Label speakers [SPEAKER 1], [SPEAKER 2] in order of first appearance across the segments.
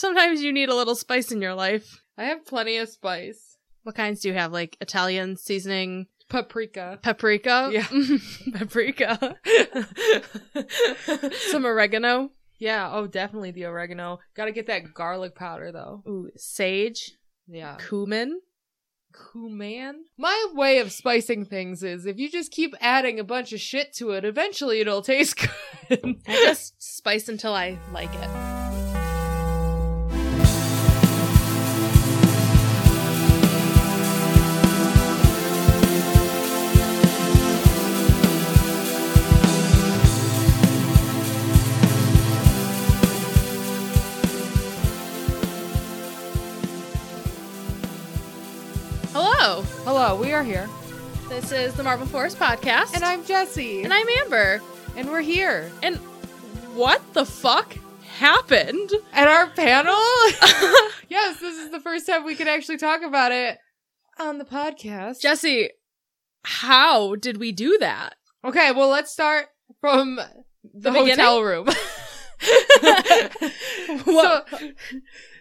[SPEAKER 1] Sometimes you need a little spice in your life.
[SPEAKER 2] I have plenty of spice.
[SPEAKER 1] What kinds do you have? Like Italian seasoning,
[SPEAKER 2] Paprika.
[SPEAKER 1] paprika?
[SPEAKER 2] Yeah.
[SPEAKER 1] paprika. Some oregano.
[SPEAKER 2] yeah, oh, definitely the oregano. Gotta get that garlic powder, though.
[SPEAKER 1] Ooh, sage.
[SPEAKER 2] Yeah.
[SPEAKER 1] Cumin.
[SPEAKER 2] Kuman? My way of spicing things is if you just keep adding a bunch of shit to it, eventually it'll taste good.
[SPEAKER 1] I just spice until I like it. Hello,
[SPEAKER 2] Hello, we are here.
[SPEAKER 1] this is the Marble Forest Podcast.
[SPEAKER 2] And I'm Jesse.
[SPEAKER 1] and I'm Amber.
[SPEAKER 2] and we're here.
[SPEAKER 1] And what the fuck happened?
[SPEAKER 2] At our panel? yes, this is the first time we can actually talk about it on the podcast.
[SPEAKER 1] Jesse, how did we do that?
[SPEAKER 2] okay, well, let's start from the,
[SPEAKER 1] The beginning?
[SPEAKER 2] hotel room.
[SPEAKER 1] What-
[SPEAKER 2] So,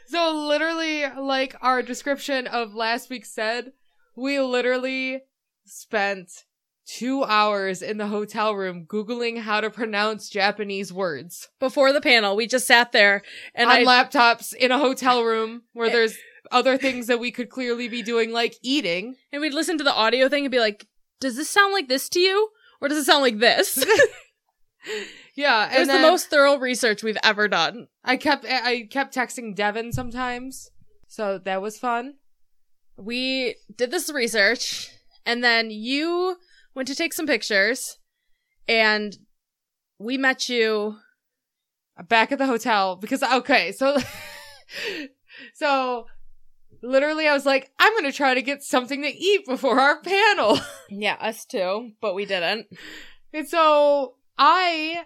[SPEAKER 2] so literally, like our description of last week said, we literally spent two hours in the hotel room googling how to pronounce Japanese words
[SPEAKER 1] Before the panel, we just sat there and
[SPEAKER 2] on
[SPEAKER 1] I
[SPEAKER 2] laptops in a hotel room where
[SPEAKER 1] Eh.
[SPEAKER 2] there's other things that we could clearly be doing, like eating.
[SPEAKER 1] and we'd listen to the audio thing and be like, "Does this sound like this to you, or does it sound like this?" it
[SPEAKER 2] Yeah, and
[SPEAKER 1] was
[SPEAKER 2] then
[SPEAKER 1] the most thorough research we've ever done.
[SPEAKER 2] I kept I kept texting Devin sometimes, so that was fun.
[SPEAKER 1] We did this research, and then you went to take some pictures, and we met you.
[SPEAKER 2] back at the hotel because okay, so so literally I was like, I'm gonna try to get something to eat before our panel.
[SPEAKER 1] Yeah, us too, but we didn't.
[SPEAKER 2] And so I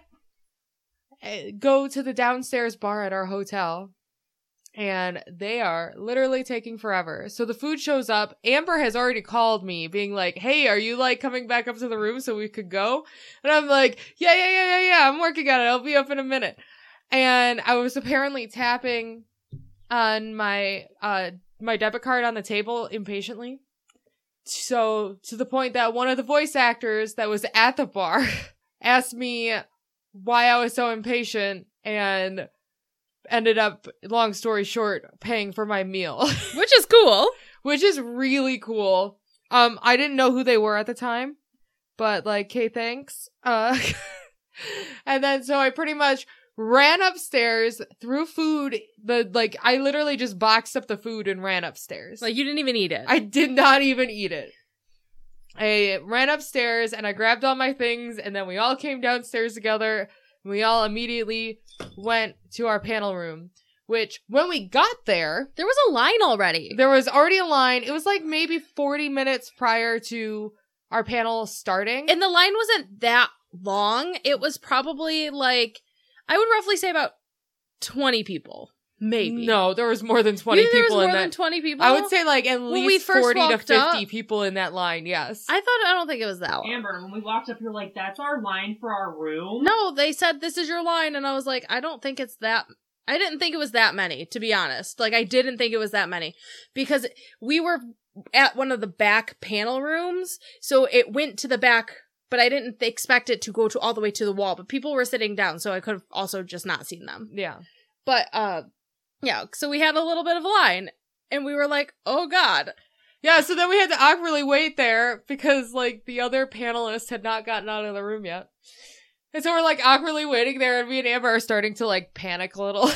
[SPEAKER 2] eh, go to the downstairs bar at our hotel and they are literally taking forever. So the food shows up. Amber has already called me being like, "Hey, are you like coming back up to the room so we could go?" And I'm like, "Yeah, yeah, yeah, yeah, yeah. I'm working on it. I'll be up in a minute." And I was apparently tapping on my uh my debit card on the table impatiently so to the point that one of the voice actors that was at the bar asked me why I was so impatient and ended up long story short paying for my meal
[SPEAKER 1] Which is cool.
[SPEAKER 2] which is really cool um I didn't know who they were at the time but like okay thanks uh and then so I pretty much ran upstairs threw food the like I literally just boxed up the food and ran upstairs
[SPEAKER 1] Like you didn't even eat it.
[SPEAKER 2] I did not even eat it. I ran upstairs and I grabbed all my things, and then we all came downstairs together. And we all immediately went to our panel room, which when we got there,
[SPEAKER 1] there was a line already.
[SPEAKER 2] there was already a line. It was like maybe 40 minutes prior to our panel starting.
[SPEAKER 1] And the line wasn't that long. It was probably like I would roughly say about twenty people, maybe.
[SPEAKER 2] No, there was more than
[SPEAKER 1] you
[SPEAKER 2] 20
[SPEAKER 1] think there was
[SPEAKER 2] people
[SPEAKER 1] more
[SPEAKER 2] in
[SPEAKER 1] than
[SPEAKER 2] that.
[SPEAKER 1] twenty people.
[SPEAKER 2] I would say like at
[SPEAKER 1] When we
[SPEAKER 2] least
[SPEAKER 1] first
[SPEAKER 2] 40 to
[SPEAKER 1] walked
[SPEAKER 2] 50
[SPEAKER 1] up-
[SPEAKER 2] people in that line. Yes.
[SPEAKER 1] I thought I don't think it was that long.
[SPEAKER 3] Amber, when we walked up, you're like, "That's our line for our room."
[SPEAKER 1] No, they said this is your line, and I was like, I don't think it's that. I didn't think it was that many, to be honest. Like I didn't think it was that many because we were at one of the back panel rooms, so it went to the back. But I didn't expect it to go to all the way to the wall. But people were sitting down, so I could have also just not seen them.
[SPEAKER 2] yeah.
[SPEAKER 1] But uh yeah, so we had a little bit of a line and we were like, "Oh god."
[SPEAKER 2] Yeah, so then we had to awkwardly wait there because like the other panelists had not gotten out of the room yet. And so we're like awkwardly waiting there and me and Amber are starting to like panic a little.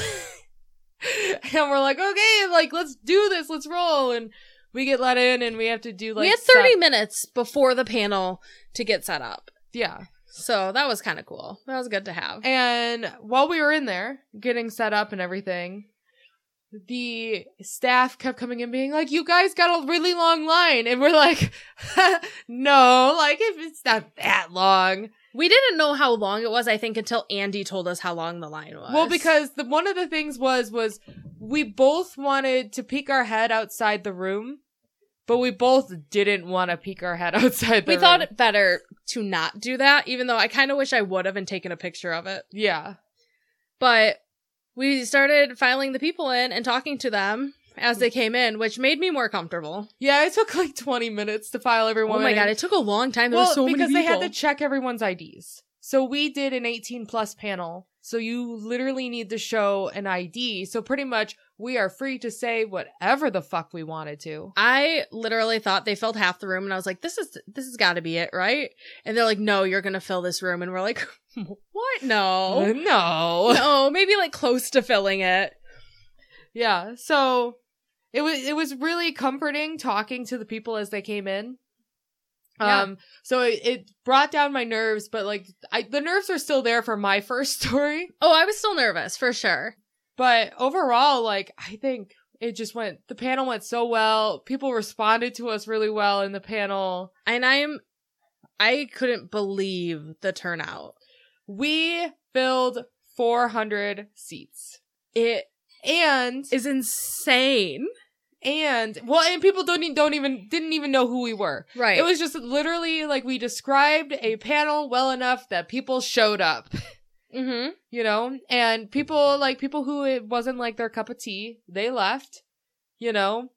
[SPEAKER 2] and we're like, okay, like let's do this, let's roll. And we get let in and we have to do like
[SPEAKER 1] we had 30
[SPEAKER 2] set-
[SPEAKER 1] minutes before the panel to get set up.
[SPEAKER 2] Yeah.
[SPEAKER 1] So that was kind of cool. That was good to have.
[SPEAKER 2] And while we were in there getting set up and everything, the staff kept coming in being like, "You guys got a really long line," and we're like, "No, like if it's not that long."
[SPEAKER 1] we didn't know how long it was, I think, until Andy told us how long the line was.
[SPEAKER 2] Well, because the one of the things was was we both wanted to peek our head outside the room, but we both didn't want to peek our head outside the
[SPEAKER 1] we
[SPEAKER 2] room.
[SPEAKER 1] thought it better to not do that, even though I kind of wish I would have and taken a picture of it.
[SPEAKER 2] Yeah.
[SPEAKER 1] But we started filing the people in and talking to them as they came in, which made me more comfortable.
[SPEAKER 2] Yeah, it took like 20 minutes to file everyone.
[SPEAKER 1] oh my
[SPEAKER 2] in.
[SPEAKER 1] god, it took a long time. There
[SPEAKER 2] well,
[SPEAKER 1] were so many
[SPEAKER 2] because
[SPEAKER 1] people.
[SPEAKER 2] they had to check everyone's IDs. So we did an 18 plus panel. So you literally need to show an ID. So pretty much we are free to say whatever the fuck we wanted to.
[SPEAKER 1] I literally thought they filled half the room, and I was like, "This is this has got to be it, right?" And they're like, "No, you're gonna fill this room," and we're like, "What? No,
[SPEAKER 2] Uh, no.
[SPEAKER 1] no, maybe like close to filling it."
[SPEAKER 2] Yeah. So it was it was really comforting talking to the people as they came in.
[SPEAKER 1] Yeah.
[SPEAKER 2] Um so it, it brought down my nerves, but like I the nerves are still there for my first story.
[SPEAKER 1] Oh, I was still nervous for sure.
[SPEAKER 2] But overall, like I think it just went the panel went so well. People responded to us really well in the panel.
[SPEAKER 1] and I'm I couldn't believe the turnout.
[SPEAKER 2] We filled 400 seats.
[SPEAKER 1] It
[SPEAKER 2] And
[SPEAKER 1] is insane.
[SPEAKER 2] and well and people don't e- don't even didn't even know who we were.
[SPEAKER 1] Right.
[SPEAKER 2] It was just literally like we described a panel well enough that people showed up,
[SPEAKER 1] mm-hmm.
[SPEAKER 2] you know? And people like people who it wasn't like their cup of tea, they left, you know?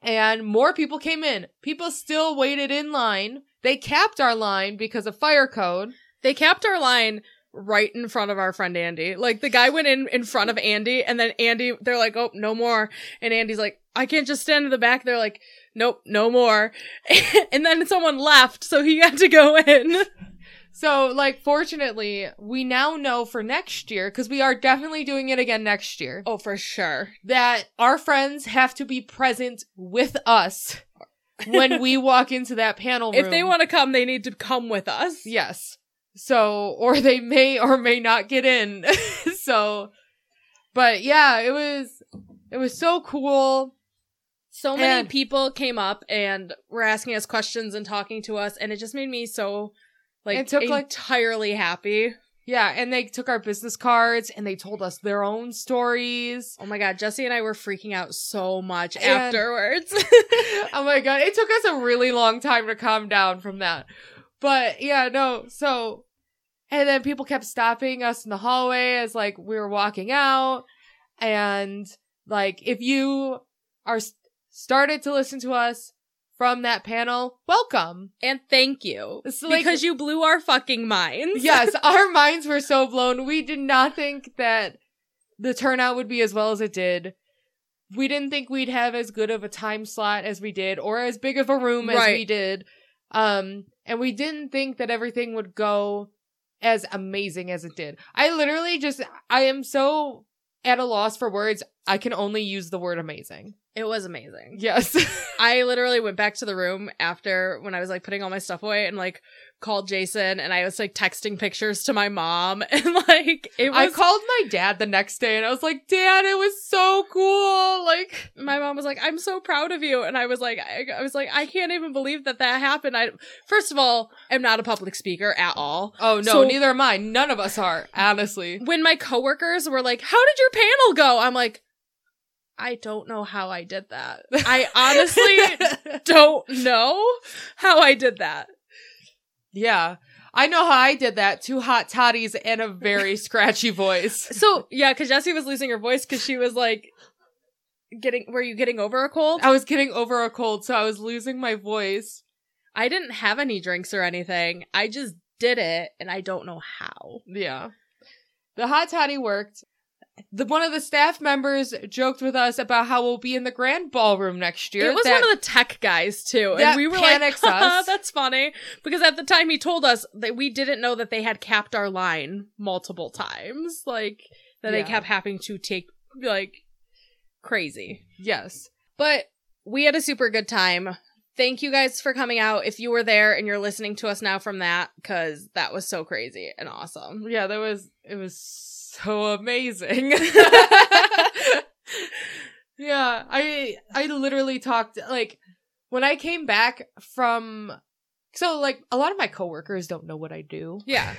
[SPEAKER 2] And more people came in. People still waited in line. They capped our line because of fire code.
[SPEAKER 1] They capped our line right in front of our friend Andy. Like the guy went in in front of Andy and then Andy they're like, "Oh, no more." And Andy's like, "I can't just stand in the back." They're like, "Nope, no more." and then someone left, so he had to go in.
[SPEAKER 2] So, like, fortunately, we now know for next year, because we are definitely doing it again next year,
[SPEAKER 1] Oh, for sure.
[SPEAKER 2] that our friends have to be present with us when we walk into that panel room.
[SPEAKER 1] If they want to come, they need to come with us.
[SPEAKER 2] Yes. So, or they may or may not get in. so, but yeah, it was, it was so cool.
[SPEAKER 1] so many
[SPEAKER 2] And-
[SPEAKER 1] people came up and were asking us questions and talking to us and it just made me so like
[SPEAKER 2] It took, like-
[SPEAKER 1] entirely happy
[SPEAKER 2] Yeah. And they took our business cards and they told us their own stories.
[SPEAKER 1] oh my god jesse and i were freaking out so much
[SPEAKER 2] And-
[SPEAKER 1] afterwards
[SPEAKER 2] oh my God. It took us a really long time to calm down from that. But yeah, no. So, and then people kept stopping us in the hallway as like we were walking out. And like, if you are s- started to listen to us from that panel, welcome.
[SPEAKER 1] and thank you
[SPEAKER 2] It's like-
[SPEAKER 1] because you blew our fucking minds
[SPEAKER 2] yes, our minds were so blown. We did not think that the turnout would be as well as it did. We didn't think we'd have as good of a time slot as we did or as big of a room as we
[SPEAKER 1] Right.
[SPEAKER 2] did. Um and we didn't think that everything would go as amazing as it did. I literally just I am so at a loss for words. I can only use the word amazing.
[SPEAKER 1] it was amazing
[SPEAKER 2] Yes.
[SPEAKER 1] i literally went back to the room after when i was like putting all my stuff away and like called jason and i was like texting pictures to my mom and like it was
[SPEAKER 2] I called my dad the next day and I was like, "Dad, it was so cool." Like
[SPEAKER 1] my mom was like, "I'm so proud of you," and I was like, I, I was like, I can't even believe that that happened. I first of all, I'm not a public speaker at all.
[SPEAKER 2] Oh no,
[SPEAKER 1] So-
[SPEAKER 2] neither am I. None of us are, honestly.
[SPEAKER 1] When my coworkers were like, "How did your panel go?" I'm like, I don't know how I did that. I honestly don't know how I did that.
[SPEAKER 2] yeah. I know how I did that. Two hot toddies and a very scratchy voice.
[SPEAKER 1] So yeah, because Jessie was losing her voice because she was like, getting were you getting over a cold?
[SPEAKER 2] I was getting over a cold, so I was losing my voice.
[SPEAKER 1] I didn't have any drinks or anything. I just did it, and I don't know how.
[SPEAKER 2] Yeah. The hot toddy worked. The, one of the staff members joked with us about how we'll be in the grand ballroom next year.
[SPEAKER 1] It was
[SPEAKER 2] That-
[SPEAKER 1] one of the tech guys too,
[SPEAKER 2] that
[SPEAKER 1] and we were
[SPEAKER 2] panics
[SPEAKER 1] like,
[SPEAKER 2] us.
[SPEAKER 1] "That's funny," because at the time he told us that we didn't know that they had capped our line multiple times, like that
[SPEAKER 2] Yeah.
[SPEAKER 1] they kept having to take like crazy.
[SPEAKER 2] yes.
[SPEAKER 1] But we had a super good time. Thank you guys for coming out. If you were there and you're listening to us now from that, because that was so crazy and awesome.
[SPEAKER 2] Yeah, that was it was so amazing. yeah, I I literally talked like when I came back from so like a lot of my coworkers don't know what I do.
[SPEAKER 1] Yeah,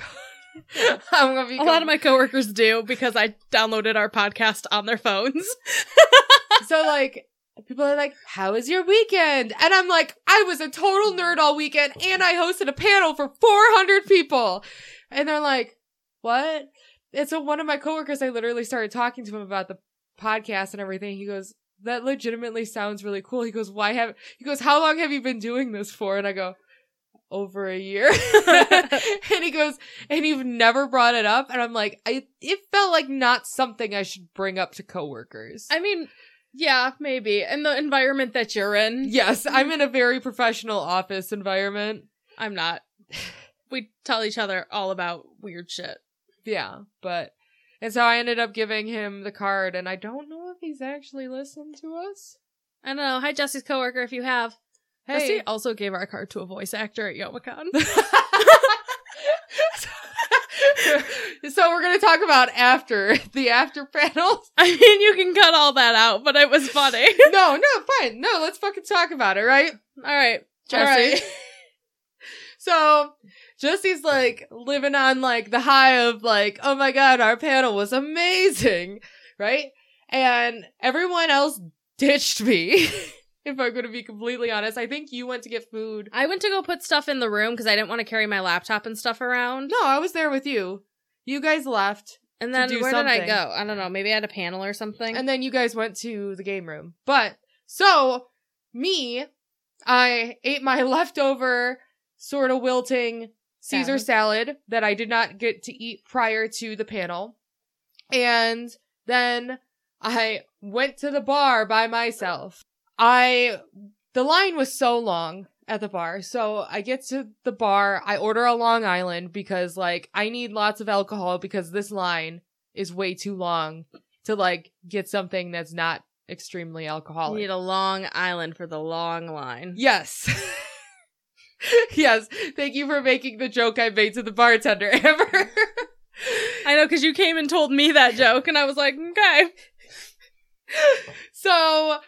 [SPEAKER 2] I'm gonna be
[SPEAKER 1] a lot of my coworkers do because I downloaded our podcast on their phones.
[SPEAKER 2] so like people are like, "How was your weekend?" And I'm like, "I was a total nerd all weekend, and I hosted a panel for 400 people," and they're like, "What?" And so one of my coworkers, I literally started talking to him about the podcast and everything. He goes, that legitimately sounds really cool. He goes, why have, he goes, how long have you been doing this for? And I go, over a year. and he goes, and you've never brought it up. And I'm like, I, it felt like not something I should bring up to coworkers.
[SPEAKER 1] I mean, yeah, maybe. And the environment that you're in.
[SPEAKER 2] yes, I'm in a very professional office environment.
[SPEAKER 1] I'm not. We tell each other all about weird shit.
[SPEAKER 2] Yeah, but and so I ended up giving him the card, and I don't know if he's actually listened to us.
[SPEAKER 1] I don't know. Hi, Jesse's coworker, if you have. Jesse
[SPEAKER 2] Hey,
[SPEAKER 1] also gave our card to a voice actor at Yomicon.
[SPEAKER 2] so we're gonna talk about after the after panel.
[SPEAKER 1] I mean, you can cut all that out, but it was funny.
[SPEAKER 2] No, no, fine, no, let's fucking talk about it, right?
[SPEAKER 1] all right,
[SPEAKER 2] All
[SPEAKER 1] Jesse.
[SPEAKER 2] right. so Jesse's like living on like the high of like, oh my god, our panel was amazing, right? And everyone else ditched me. if I'm gonna be completely honest, I think you went to get food.
[SPEAKER 1] I went to go put stuff in the room because I didn't want to carry my laptop and stuff around.
[SPEAKER 2] No, I was there with you. You guys left,
[SPEAKER 1] And then
[SPEAKER 2] do
[SPEAKER 1] where did I
[SPEAKER 2] something.
[SPEAKER 1] go? I don't know. Maybe I had a panel or something.
[SPEAKER 2] and then you guys went to the game room. But so me, I ate my leftover sort of wilting Caesar salad that I did not get to eat prior to the panel. And then I went to the bar by myself. I, the line was so long at the bar. So I get to the bar. I order a Long Island because like I need lots of alcohol because this line is way too long to like get something that's not extremely
[SPEAKER 1] You
[SPEAKER 2] alcoholic.
[SPEAKER 1] need a long island for the long line.
[SPEAKER 2] Yes. yes. Thank you for making the joke I made to the bartender ever.
[SPEAKER 1] I know because you came and told me that joke, and I was like, okay.
[SPEAKER 2] so,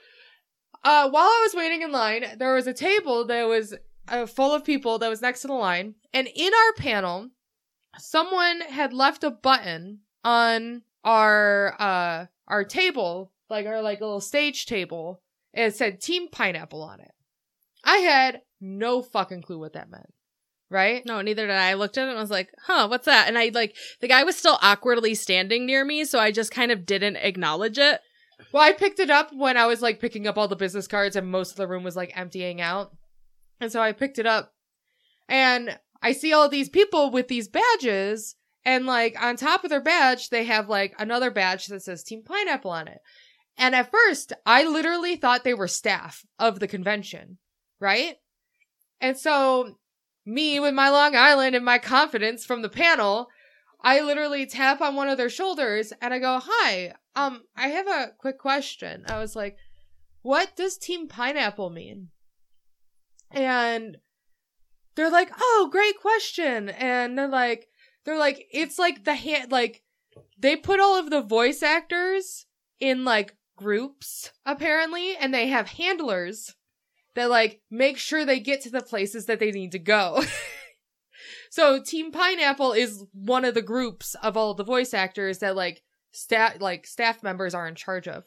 [SPEAKER 2] uh, while I was waiting in line, there was a table that was uh, full of people that was next to the line. And in our panel, someone had left a button on our, uh, our table, like our like little stage table. And it said Team Pineapple on it. I had no fucking clue what that meant. Right?
[SPEAKER 1] No, neither did I. I looked at it and I was like, huh, what's that? And I like, the guy was still awkwardly standing near me, so I just kind of didn't acknowledge it.
[SPEAKER 2] Well, I picked it up when I was like picking up all the business cards and most of the room was like emptying out. And so I picked it up and I see all these people with these badges and like on top of their badge, they have like another badge that says Team Pineapple on it. And at first, I literally thought they were staff of the convention, right? And so me with my Long Island and my confidence from the panel, I literally tap on one of their shoulders and I go, "Hi, um, I have a quick question." I was like, "What does Team Pineapple mean?" And they're like, "Oh, great question." And they're like, they're like, it's like the hand, like they put all of the voice actors in like groups apparently, and they have handlers that like make sure they get to the places that they need to go. So Team Pineapple is one of the groups of all the voice actors that like staff like staff members are in charge of.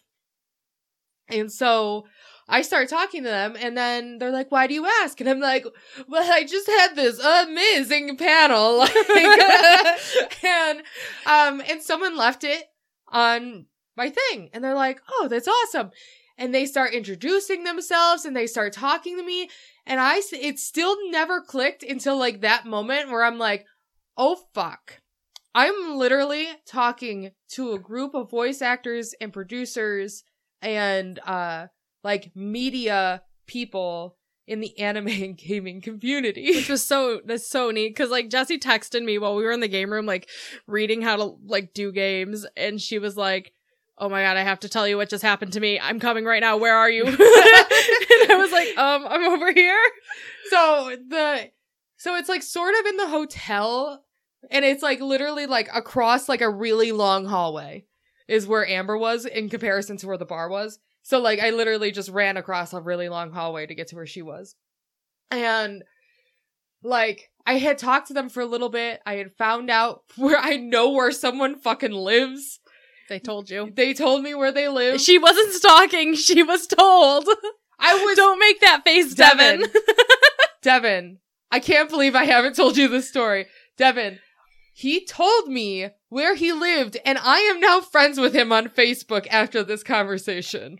[SPEAKER 2] And so I start talking to them and then they're like, Why do you ask? And I'm like, Well, I just had this amazing panel. Like, and um and someone left it on my thing. And they're like, Oh, that's awesome. And they start introducing themselves and they start talking to me. And I, s- it still never clicked until like that moment where I'm like, oh fuck. I'm literally talking to a group of voice actors and producers and, uh, like media people in the anime and gaming community.
[SPEAKER 1] Which was so, that's so neat. Cause like Jesse texted me while we were in the game room, like reading how to like do games. And she was like, Oh my God, I have to tell you what just happened to me. I'm coming right now. Where are you? and I was like, um, I'm over here.
[SPEAKER 2] so the, so it's like sort of in the hotel and it's like literally like across like a really long hallway is where Amber was in comparison to where the bar was. So like I literally just ran across a really long hallway to get to where she was. And like I had talked to them for a little bit. I had found out where I know where someone fucking lives.
[SPEAKER 1] They told you.
[SPEAKER 2] They told me where they live.
[SPEAKER 1] She wasn't stalking. She was told.
[SPEAKER 2] I was
[SPEAKER 1] Don't make that face, Devin.
[SPEAKER 2] Devin, I can't believe I haven't told you this story. Devin, he told me where he lived, and I am now friends with him on Facebook after this conversation.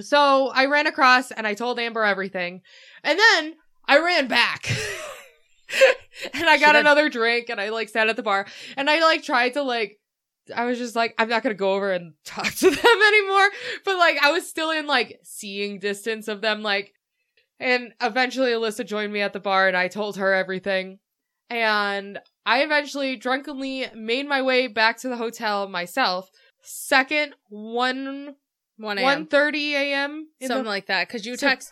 [SPEAKER 2] So I ran across and I told Amber everything. And then I ran back. and I got
[SPEAKER 1] Should I-
[SPEAKER 2] another drink and I like sat at the bar and I like tried to like I was just like I'm not going to go over and talk to them anymore, but like I was still in like seeing distance of them like and eventually Alyssa joined me at the bar and I told her everything. And I eventually drunkenly made my way back to the hotel myself. Second one
[SPEAKER 1] 1 a.m.
[SPEAKER 2] 1.30 a.m. in
[SPEAKER 1] Something
[SPEAKER 2] the-
[SPEAKER 1] like that. Because you
[SPEAKER 2] So-
[SPEAKER 1] text,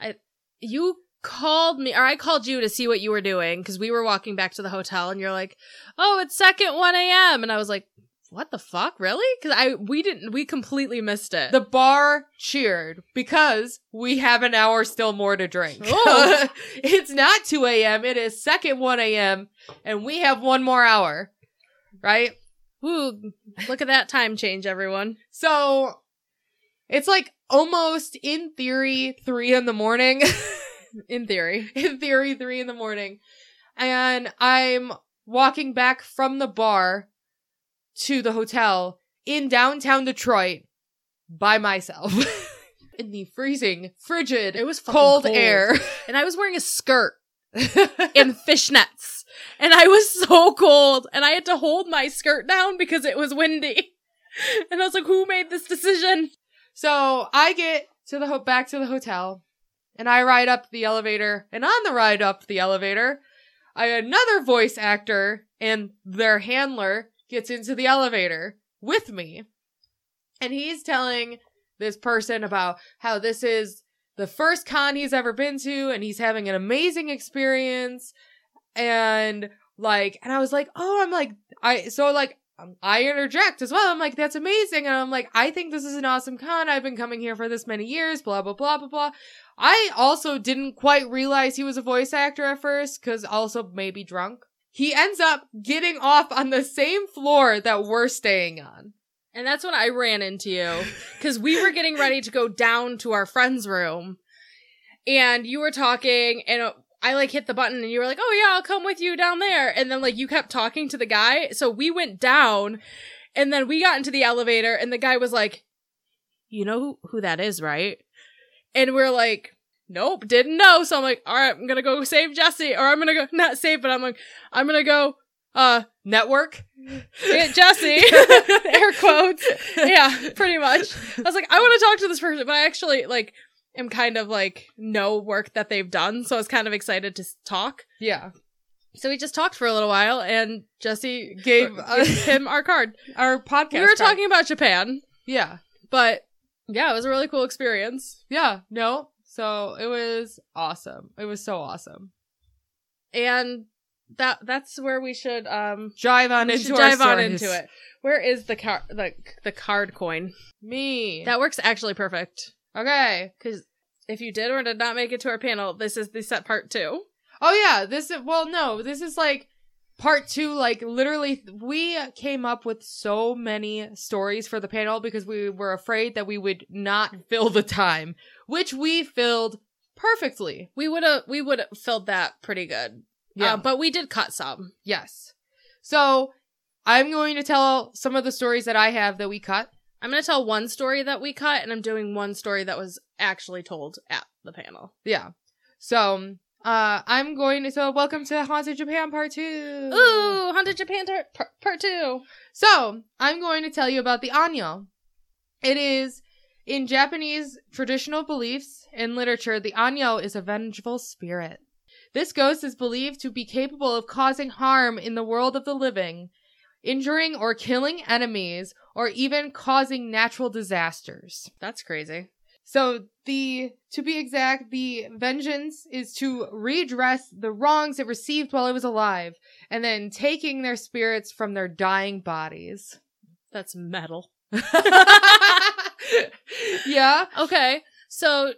[SPEAKER 1] I, you called me, or I called you to see what you were doing because we were walking back to the hotel, and you're like, "Oh, it's second 1 a.m." And I was like, "What the fuck, really?" Because I we didn't we completely missed it.
[SPEAKER 2] the bar cheered because we have an hour still more to drink.
[SPEAKER 1] Oh.
[SPEAKER 2] it's not 2 a.m. It is second 1 a.m. and we have one more hour, right?
[SPEAKER 1] Ooh, look at that time change, everyone.
[SPEAKER 2] So it's like almost in theory three in the morning.
[SPEAKER 1] In theory,
[SPEAKER 2] in theory, three in the morning. And I'm walking back from the bar to the hotel in downtown Detroit by myself in the freezing, frigid,
[SPEAKER 1] it was fucking
[SPEAKER 2] cold, air.
[SPEAKER 1] and I was wearing a skirt and fishnets, and I was so cold, and I had to hold my skirt down because it was windy. And I was like, "Who made this decision?"
[SPEAKER 2] so I get to the ho- back to the hotel and I ride up the elevator. And on the ride up the elevator, I, another voice actor and their handler gets into the elevator with me. And he's telling this person about how this is the first con he's ever been to and he's having an amazing experience. And like, and I was like, oh, I'm like, I, so like, um, I interject as well. I'm like, that's amazing. And I'm like, I think this is an awesome con. I've been coming here for this many years, blah, blah, blah, blah, blah. I also didn't quite realize he was a voice actor at first because also maybe drunk. He ends up getting off on the same floor that we're staying on.
[SPEAKER 1] And that's when I ran into you because we were getting ready to go down to our friend's room and you were talking and uh, I like hit the button and you were like, oh yeah, I'll come with you down there. And then like you kept talking to the guy. So we went down and then we got into the elevator and the guy was like, you know who, who that is, right? And we're like, nope, didn't know. So I'm like, all right, I'm going to go save Jesse or I'm going to go, not save, but I'm like, I'm going to go, uh,
[SPEAKER 2] Network?
[SPEAKER 1] get Jesse. Air quotes yeah, pretty much. I was like, I want to talk to this person, but I actually like am kind of like know work that they've done, so I was kind of excited to s- talk.
[SPEAKER 2] Yeah.
[SPEAKER 1] So we just talked for a little while, and Jesse
[SPEAKER 2] Gave
[SPEAKER 1] gave
[SPEAKER 2] us
[SPEAKER 1] him our card.
[SPEAKER 2] our podcast.
[SPEAKER 1] we were
[SPEAKER 2] time.
[SPEAKER 1] talking about Japan,
[SPEAKER 2] Yeah.
[SPEAKER 1] but yeah, it was a really cool experience.
[SPEAKER 2] Yeah. No. So it was awesome. It was so awesome.
[SPEAKER 1] And that that's where we should um
[SPEAKER 2] Jive on
[SPEAKER 1] we
[SPEAKER 2] into
[SPEAKER 1] should
[SPEAKER 2] our
[SPEAKER 1] dive on
[SPEAKER 2] stories.
[SPEAKER 1] into it. Where is the card the the card coin?
[SPEAKER 2] Me.
[SPEAKER 1] That works actually perfect
[SPEAKER 2] okay.
[SPEAKER 1] because if you did or did not make it to our panel, this is the set part two.
[SPEAKER 2] Oh yeah, this is well no, this is like part 2 like literally we came up with so many stories for the panel because we were afraid that we would not fill the time, which we filled perfectly. Um,
[SPEAKER 1] We would have we would have filled that pretty good. Yeah.
[SPEAKER 2] Yeah.
[SPEAKER 1] Uh, but we did cut some.
[SPEAKER 2] yes. So, I'm going to tell some of the stories that I have that we cut.
[SPEAKER 1] I'm gonna tell one story that we cut, and I'm doing one story that was actually told at the panel.
[SPEAKER 2] Yeah. So, uh I'm going to so welcome to Haunted Japan part 2.
[SPEAKER 1] Ooh, haunted Japan tar- par- part two.
[SPEAKER 2] So, I'm going to tell you about the Anyo. It is, in Japanese traditional beliefs and literature, the Anyo is a vengeful spirit. This ghost is believed to be capable of causing harm in the world of the living, injuring or killing enemies, or even causing natural disasters.
[SPEAKER 1] That's crazy.
[SPEAKER 2] So the to be exact, the vengeance is to redress the wrongs it received while it was alive, and then taking their spirits from their dying bodies.
[SPEAKER 1] That's metal.
[SPEAKER 2] yeah.
[SPEAKER 1] Okay, so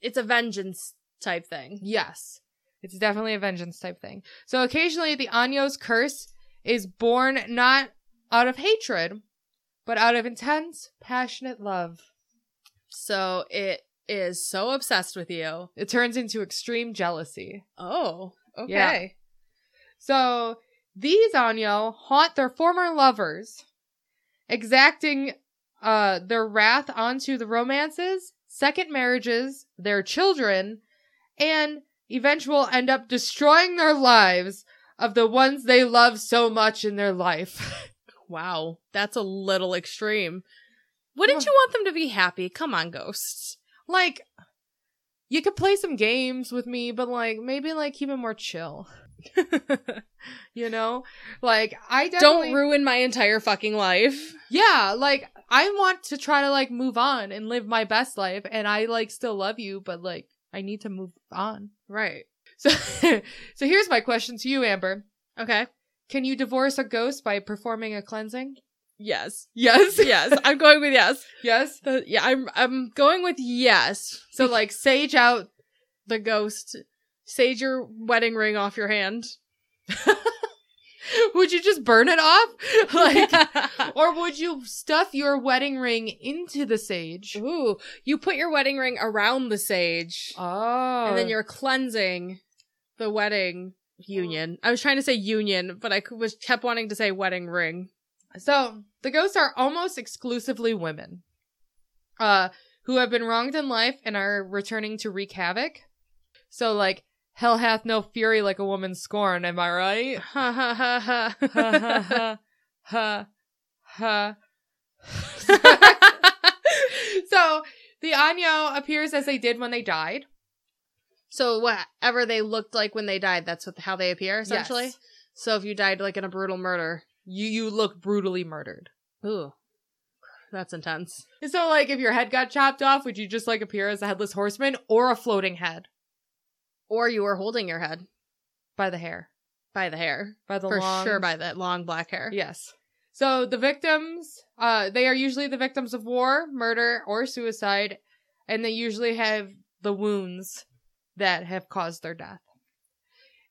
[SPEAKER 1] it's a vengeance type thing.
[SPEAKER 2] Yes. It's definitely a vengeance type thing. So occasionally the Anyo's curse is born not out of hatred, but out of intense, passionate love.
[SPEAKER 1] So it is so obsessed with you.
[SPEAKER 2] It turns into extreme jealousy.
[SPEAKER 1] Oh, okay.
[SPEAKER 2] Yeah. So These Anyo haunt their former lovers, exacting uh, their wrath onto the romances, second marriages, their children, and eventual end up destroying their lives of the ones they love so much in their life.
[SPEAKER 1] Wow, that's a little extreme. Wouldn't you want them to be happy? Come on, ghosts.
[SPEAKER 2] like, you could play some games with me, but like maybe like keep it more chill. you know, like I definitely
[SPEAKER 1] Don't ruin my entire fucking life.
[SPEAKER 2] Yeah, like I want to try to like move on and live my best life and I like still love you, but like I need to move on.
[SPEAKER 1] Right.
[SPEAKER 2] So so here's my question to you, Amber.
[SPEAKER 1] Okay.
[SPEAKER 2] Can you divorce a ghost by performing a cleansing?
[SPEAKER 1] Yes.
[SPEAKER 2] Yes.
[SPEAKER 1] Yes. I'm going with yes.
[SPEAKER 2] yes.
[SPEAKER 1] The- yeah, I'm I'm going with yes.
[SPEAKER 2] So like sage out
[SPEAKER 1] the ghost sage your wedding ring off your hand.
[SPEAKER 2] would you just burn it off? Like or would you stuff your wedding ring into the sage?
[SPEAKER 1] Ooh, you put your wedding ring around the sage
[SPEAKER 2] Oh.
[SPEAKER 1] and then you're cleansing the wedding union.
[SPEAKER 2] Oh.
[SPEAKER 1] I was trying to say union, but I c- was kept wanting to say wedding ring.
[SPEAKER 2] So the ghosts are almost exclusively women, uh, who have been wronged in life and are returning to wreak havoc. So like, hell hath no fury like a woman scorned. Am I right?
[SPEAKER 1] Ha ha ha
[SPEAKER 2] Ha
[SPEAKER 1] ha.
[SPEAKER 2] ha ha ha. ha.
[SPEAKER 1] ha.
[SPEAKER 2] so the Anyo appears as they did when they died.
[SPEAKER 1] so whatever they looked like when they died, that's what, how they appear essentially.
[SPEAKER 2] Yes.
[SPEAKER 1] So if you died like in a brutal murder,
[SPEAKER 2] you you look brutally murdered.
[SPEAKER 1] ooh, that's intense.
[SPEAKER 2] So like, if your head got chopped off, would you just like appear as a headless horseman or a floating head
[SPEAKER 1] Or you were holding your head
[SPEAKER 2] by the hair,
[SPEAKER 1] by the hair.
[SPEAKER 2] by the
[SPEAKER 1] for
[SPEAKER 2] long
[SPEAKER 1] sure by that long black hair.
[SPEAKER 2] Yes. So the victims, uh, they are usually the victims of war, murder, or suicide, and they usually have the wounds that have caused their death.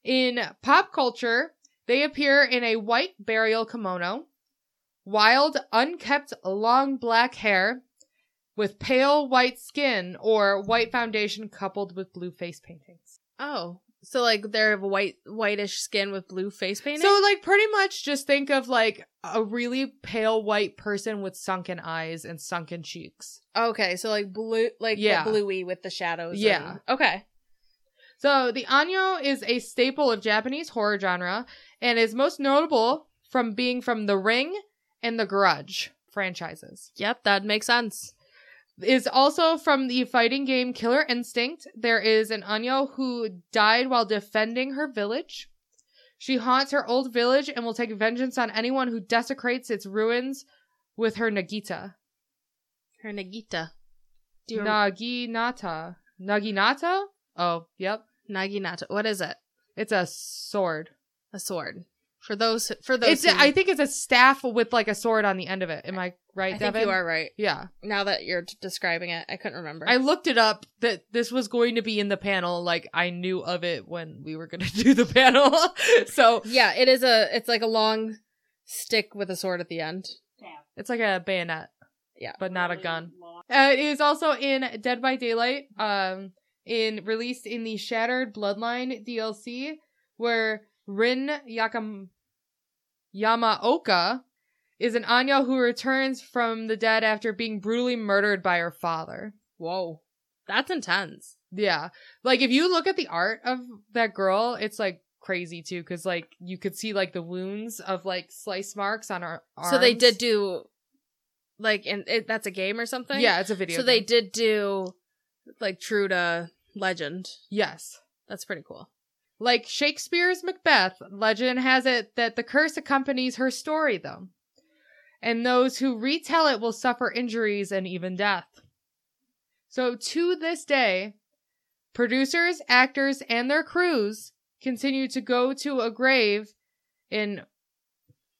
[SPEAKER 2] In pop culture, they appear in a white burial kimono, wild, unkept, long black hair, with pale white skin or white foundation coupled with blue face paintings.
[SPEAKER 1] Oh. So like they have white whitish skin with blue face painting.
[SPEAKER 2] So, like, pretty much just think of like a really pale white person with sunken eyes and sunken cheeks.
[SPEAKER 1] okay, so like blue like
[SPEAKER 2] Yeah.
[SPEAKER 1] the bluey with the shadows.
[SPEAKER 2] Yeah.
[SPEAKER 1] and- okay.
[SPEAKER 2] So, the Anyo is a staple of Japanese horror genre and is most notable from being from The Ring and The Grudge franchises.
[SPEAKER 1] Yep, that makes sense.
[SPEAKER 2] Is also from the fighting game Killer Instinct. There is an Anyo who died while defending her village. She haunts her old village and will take vengeance on anyone who desecrates its ruins with her Nagita.
[SPEAKER 1] Her Nagita. Do you remember
[SPEAKER 2] Naginata. Naginata? Oh, yep.
[SPEAKER 1] Naginata? What is it?
[SPEAKER 2] It's a sword.
[SPEAKER 1] A sword. For those for those
[SPEAKER 2] It's
[SPEAKER 1] who-
[SPEAKER 2] a, I think it's a staff with like a sword on the end of it. Am I
[SPEAKER 1] I
[SPEAKER 2] right,
[SPEAKER 1] think
[SPEAKER 2] Devin?
[SPEAKER 1] you are right.
[SPEAKER 2] Yeah.
[SPEAKER 1] Now that you're t- describing it, I couldn't remember.
[SPEAKER 2] I looked it up that this was going to be in the panel. Like I knew of it when we were going to do the panel. so
[SPEAKER 1] yeah, it is a it's like a long stick with a sword at the end.
[SPEAKER 3] Staff.
[SPEAKER 2] it's like a bayonet.
[SPEAKER 1] Yeah.
[SPEAKER 2] But not a
[SPEAKER 3] Really
[SPEAKER 2] gun.
[SPEAKER 3] long.
[SPEAKER 2] Uh, it is also in Dead by Daylight, um, in released in the Shattered Bloodline DLC, where Rin Yakam- Yamaoka is an Anya who returns from the dead after being brutally murdered by her father.
[SPEAKER 1] Whoa. That's intense.
[SPEAKER 2] Yeah, like if you look at the art of that girl, it's like crazy too, because like you could see like the wounds of like slice marks on her. Arms.
[SPEAKER 1] So they did do like and it, that's a game or something?
[SPEAKER 2] Yeah, it's a video.
[SPEAKER 1] so they
[SPEAKER 2] game.
[SPEAKER 1] did do like true to legend.
[SPEAKER 2] Yes.
[SPEAKER 1] That's pretty cool.
[SPEAKER 2] Like Shakespeare's Macbeth, legend has it that the curse accompanies her story, though. And those who retell it will suffer injuries and even death. So to this day, producers, actors, and their crews continue to go to a grave in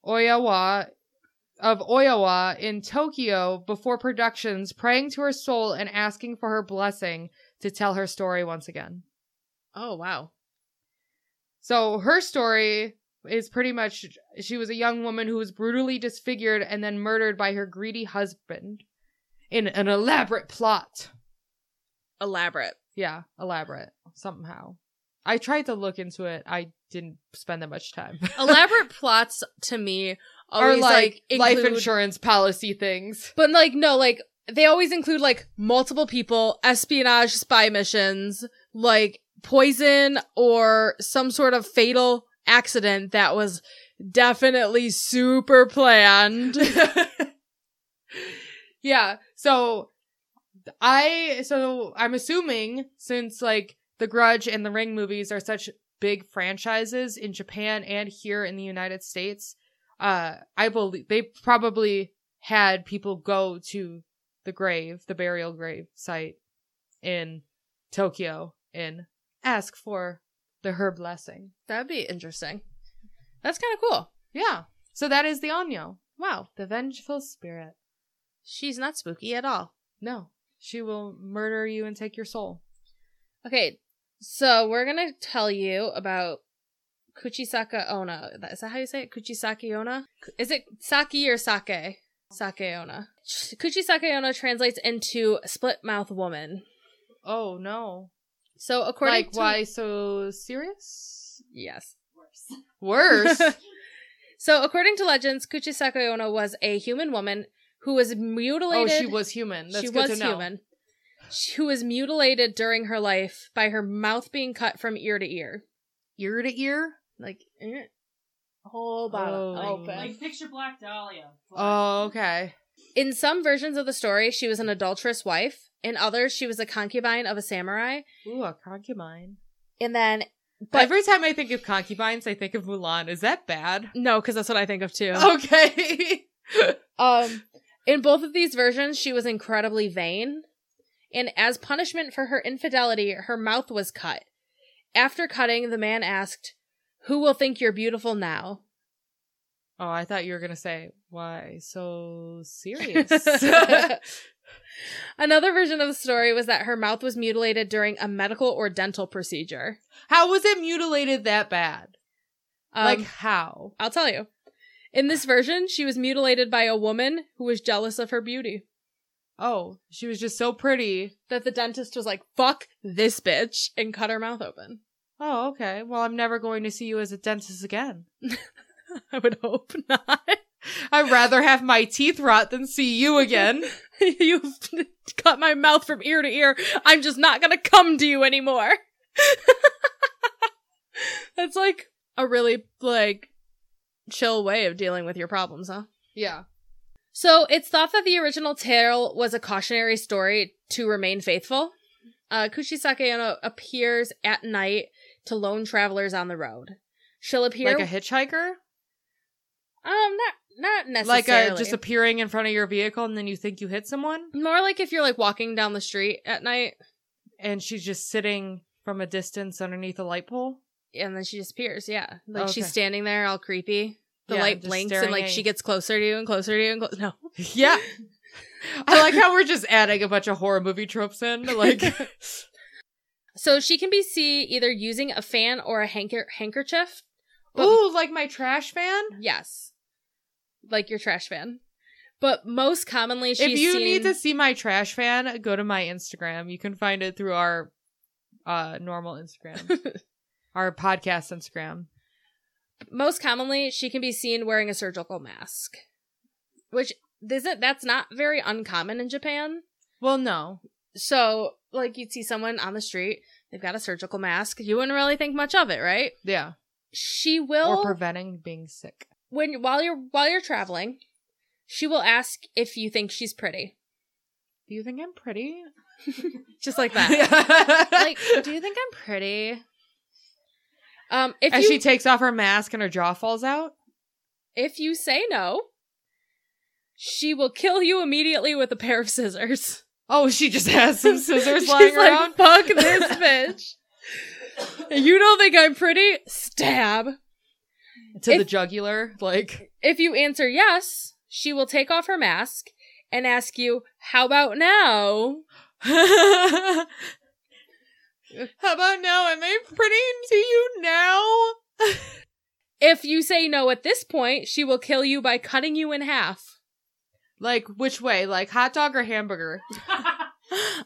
[SPEAKER 2] Oyawa of Oyawa in Tokyo before productions, praying to her soul and asking for her blessing to tell her story once again.
[SPEAKER 1] Oh wow.
[SPEAKER 2] So her story is pretty much she was a young woman who was brutally disfigured and then murdered by her greedy husband in an elaborate plot.
[SPEAKER 1] Elaborate.
[SPEAKER 2] Yeah, elaborate somehow. I tried to look into it. I didn't spend that much time.
[SPEAKER 1] Elaborate plots to me
[SPEAKER 2] or
[SPEAKER 1] always
[SPEAKER 2] like,
[SPEAKER 1] like,
[SPEAKER 2] life
[SPEAKER 1] include-
[SPEAKER 2] insurance policy things.
[SPEAKER 1] But like no, like they always include like multiple people, espionage, spy missions, like poison or some sort of fatal accident that was definitely super planned.
[SPEAKER 2] yeah. So I so I'm assuming since like The Grudge and The Ring movies are such big franchises in Japan and here in the United States, uh I believe they probably had people go to the grave, the burial grave site in Tokyo and ask for the her blessing.
[SPEAKER 1] That'd be interesting. That's kind of cool.
[SPEAKER 2] Yeah. So that is the Onyo. Wow, the vengeful spirit.
[SPEAKER 1] She's not spooky at all.
[SPEAKER 2] No, she will murder you and take your soul.
[SPEAKER 1] Okay, so we're gonna tell you about Kuchisaka Ona. Is that how you say it? Kuchisaki Ona? Is it Saki or Sake? Sake Ona. Kuchisaki Ona translates into split mouth woman.
[SPEAKER 2] Oh no!
[SPEAKER 1] So according
[SPEAKER 2] like,
[SPEAKER 1] to
[SPEAKER 2] why so serious?
[SPEAKER 1] yes.
[SPEAKER 3] Worse.
[SPEAKER 2] Worse.
[SPEAKER 1] so according to legends, Kuchisaka Ona was a human woman who was
[SPEAKER 2] oh,
[SPEAKER 1] mutilated.
[SPEAKER 2] she was human. That's
[SPEAKER 1] she
[SPEAKER 2] good
[SPEAKER 1] was
[SPEAKER 2] to know.
[SPEAKER 1] human. She- Who was mutilated during her life by her mouth being cut from ear to ear,
[SPEAKER 2] Ear to ear.
[SPEAKER 1] like eh, whole bottom
[SPEAKER 2] Oh.
[SPEAKER 1] open.
[SPEAKER 3] Like picture Black Dahlia.
[SPEAKER 2] Oh, okay.
[SPEAKER 1] In some versions of the story, she was an adulterous wife. In others, she was a concubine of a samurai.
[SPEAKER 2] Ooh, a concubine.
[SPEAKER 1] And then,
[SPEAKER 2] But
[SPEAKER 1] But-
[SPEAKER 2] every time I think of concubines, I think of Mulan. Is that bad?
[SPEAKER 1] no, because that's what I think of too.
[SPEAKER 2] Okay.
[SPEAKER 1] Oh. Um, in both of these versions, she was incredibly vain. And as punishment for her infidelity, her mouth was cut. After cutting, the man asked, Who will think you're beautiful now?
[SPEAKER 2] oh, I thought you were gonna say why so serious.
[SPEAKER 1] Another version of the story was that her mouth was mutilated during a medical or dental procedure.
[SPEAKER 2] how was it mutilated that bad?
[SPEAKER 1] Um,
[SPEAKER 2] like how?
[SPEAKER 1] I'll tell you. In this version, she was mutilated by a woman who was jealous of her beauty.
[SPEAKER 2] Oh, she was just so pretty.
[SPEAKER 1] That the dentist was like, fuck this bitch, and cut her mouth open.
[SPEAKER 2] Oh, okay. Well, I'm never going to see you as a dentist again.
[SPEAKER 1] I would hope not.
[SPEAKER 2] I'd rather have my teeth rot than see you again.
[SPEAKER 1] You've cut my mouth from ear to ear. I'm just not gonna come to you anymore. That's like a really, like, chill way of dealing with your problems, huh?
[SPEAKER 2] yeah.
[SPEAKER 1] So it's thought that the original tale was a cautionary story to remain faithful. Uh, Kuchisake Ono appears at night to lone travelers on the road. She'll appear
[SPEAKER 2] Like a hitchhiker?
[SPEAKER 1] um not not
[SPEAKER 2] Like
[SPEAKER 1] necessarily
[SPEAKER 2] a, just appearing in front of your vehicle and then you think you hit someone?
[SPEAKER 1] more like if you're like walking down the street at night
[SPEAKER 2] And she's just sitting from a distance underneath a light pole?
[SPEAKER 1] and then she disappears. Yeah, like she's
[SPEAKER 2] Oh, Okay.
[SPEAKER 1] standing there all creepy. The
[SPEAKER 2] Yeah,
[SPEAKER 1] light
[SPEAKER 2] just
[SPEAKER 1] blinks
[SPEAKER 2] staring
[SPEAKER 1] and like
[SPEAKER 2] at
[SPEAKER 1] she
[SPEAKER 2] you.
[SPEAKER 1] gets closer to you and closer to you and clo- no.
[SPEAKER 2] yeah. I like how we're just adding a bunch of horror movie tropes in. Like,
[SPEAKER 1] So she can be seen either using a fan or a hanker- handkerchief. But-
[SPEAKER 2] ooh, like my trash fan?
[SPEAKER 1] Yes. Like your trash fan. But most commonly she's
[SPEAKER 2] if you
[SPEAKER 1] seen-
[SPEAKER 2] need to see my trash fan, go to my Instagram. You can find it through our uh normal Instagram. our podcast Instagram.
[SPEAKER 1] most commonly she can be seen wearing a surgical mask. Which isn't that's not very uncommon in Japan.
[SPEAKER 2] Well, no.
[SPEAKER 1] So like you'd see someone on the street, they've got a surgical mask. You wouldn't really think much of it, right?
[SPEAKER 2] Yeah.
[SPEAKER 1] She will
[SPEAKER 2] Or preventing being sick.
[SPEAKER 1] when while you're while you're traveling, she will ask if you think she's pretty.
[SPEAKER 2] Do you think I'm pretty?
[SPEAKER 1] Just like that. like, do you think I'm pretty? Um, if
[SPEAKER 2] As
[SPEAKER 1] you
[SPEAKER 2] she takes off her mask and her jaw falls out.
[SPEAKER 1] if you say no, she will kill you immediately with a pair of scissors.
[SPEAKER 2] Oh, she just has some scissors
[SPEAKER 1] She's
[SPEAKER 2] lying
[SPEAKER 1] like,
[SPEAKER 2] around.
[SPEAKER 1] Fuck this bitch. you don't think I'm pretty? Stab.
[SPEAKER 2] To the
[SPEAKER 1] if-
[SPEAKER 2] jugular. Like,
[SPEAKER 1] If you answer yes, she will take off her mask and ask you, "How about now?"
[SPEAKER 2] how about now? Am I pretty to you now?
[SPEAKER 1] If you say no at this point, she will kill you by cutting you in half.
[SPEAKER 2] Like, which way? Like, hot dog or hamburger? Oh,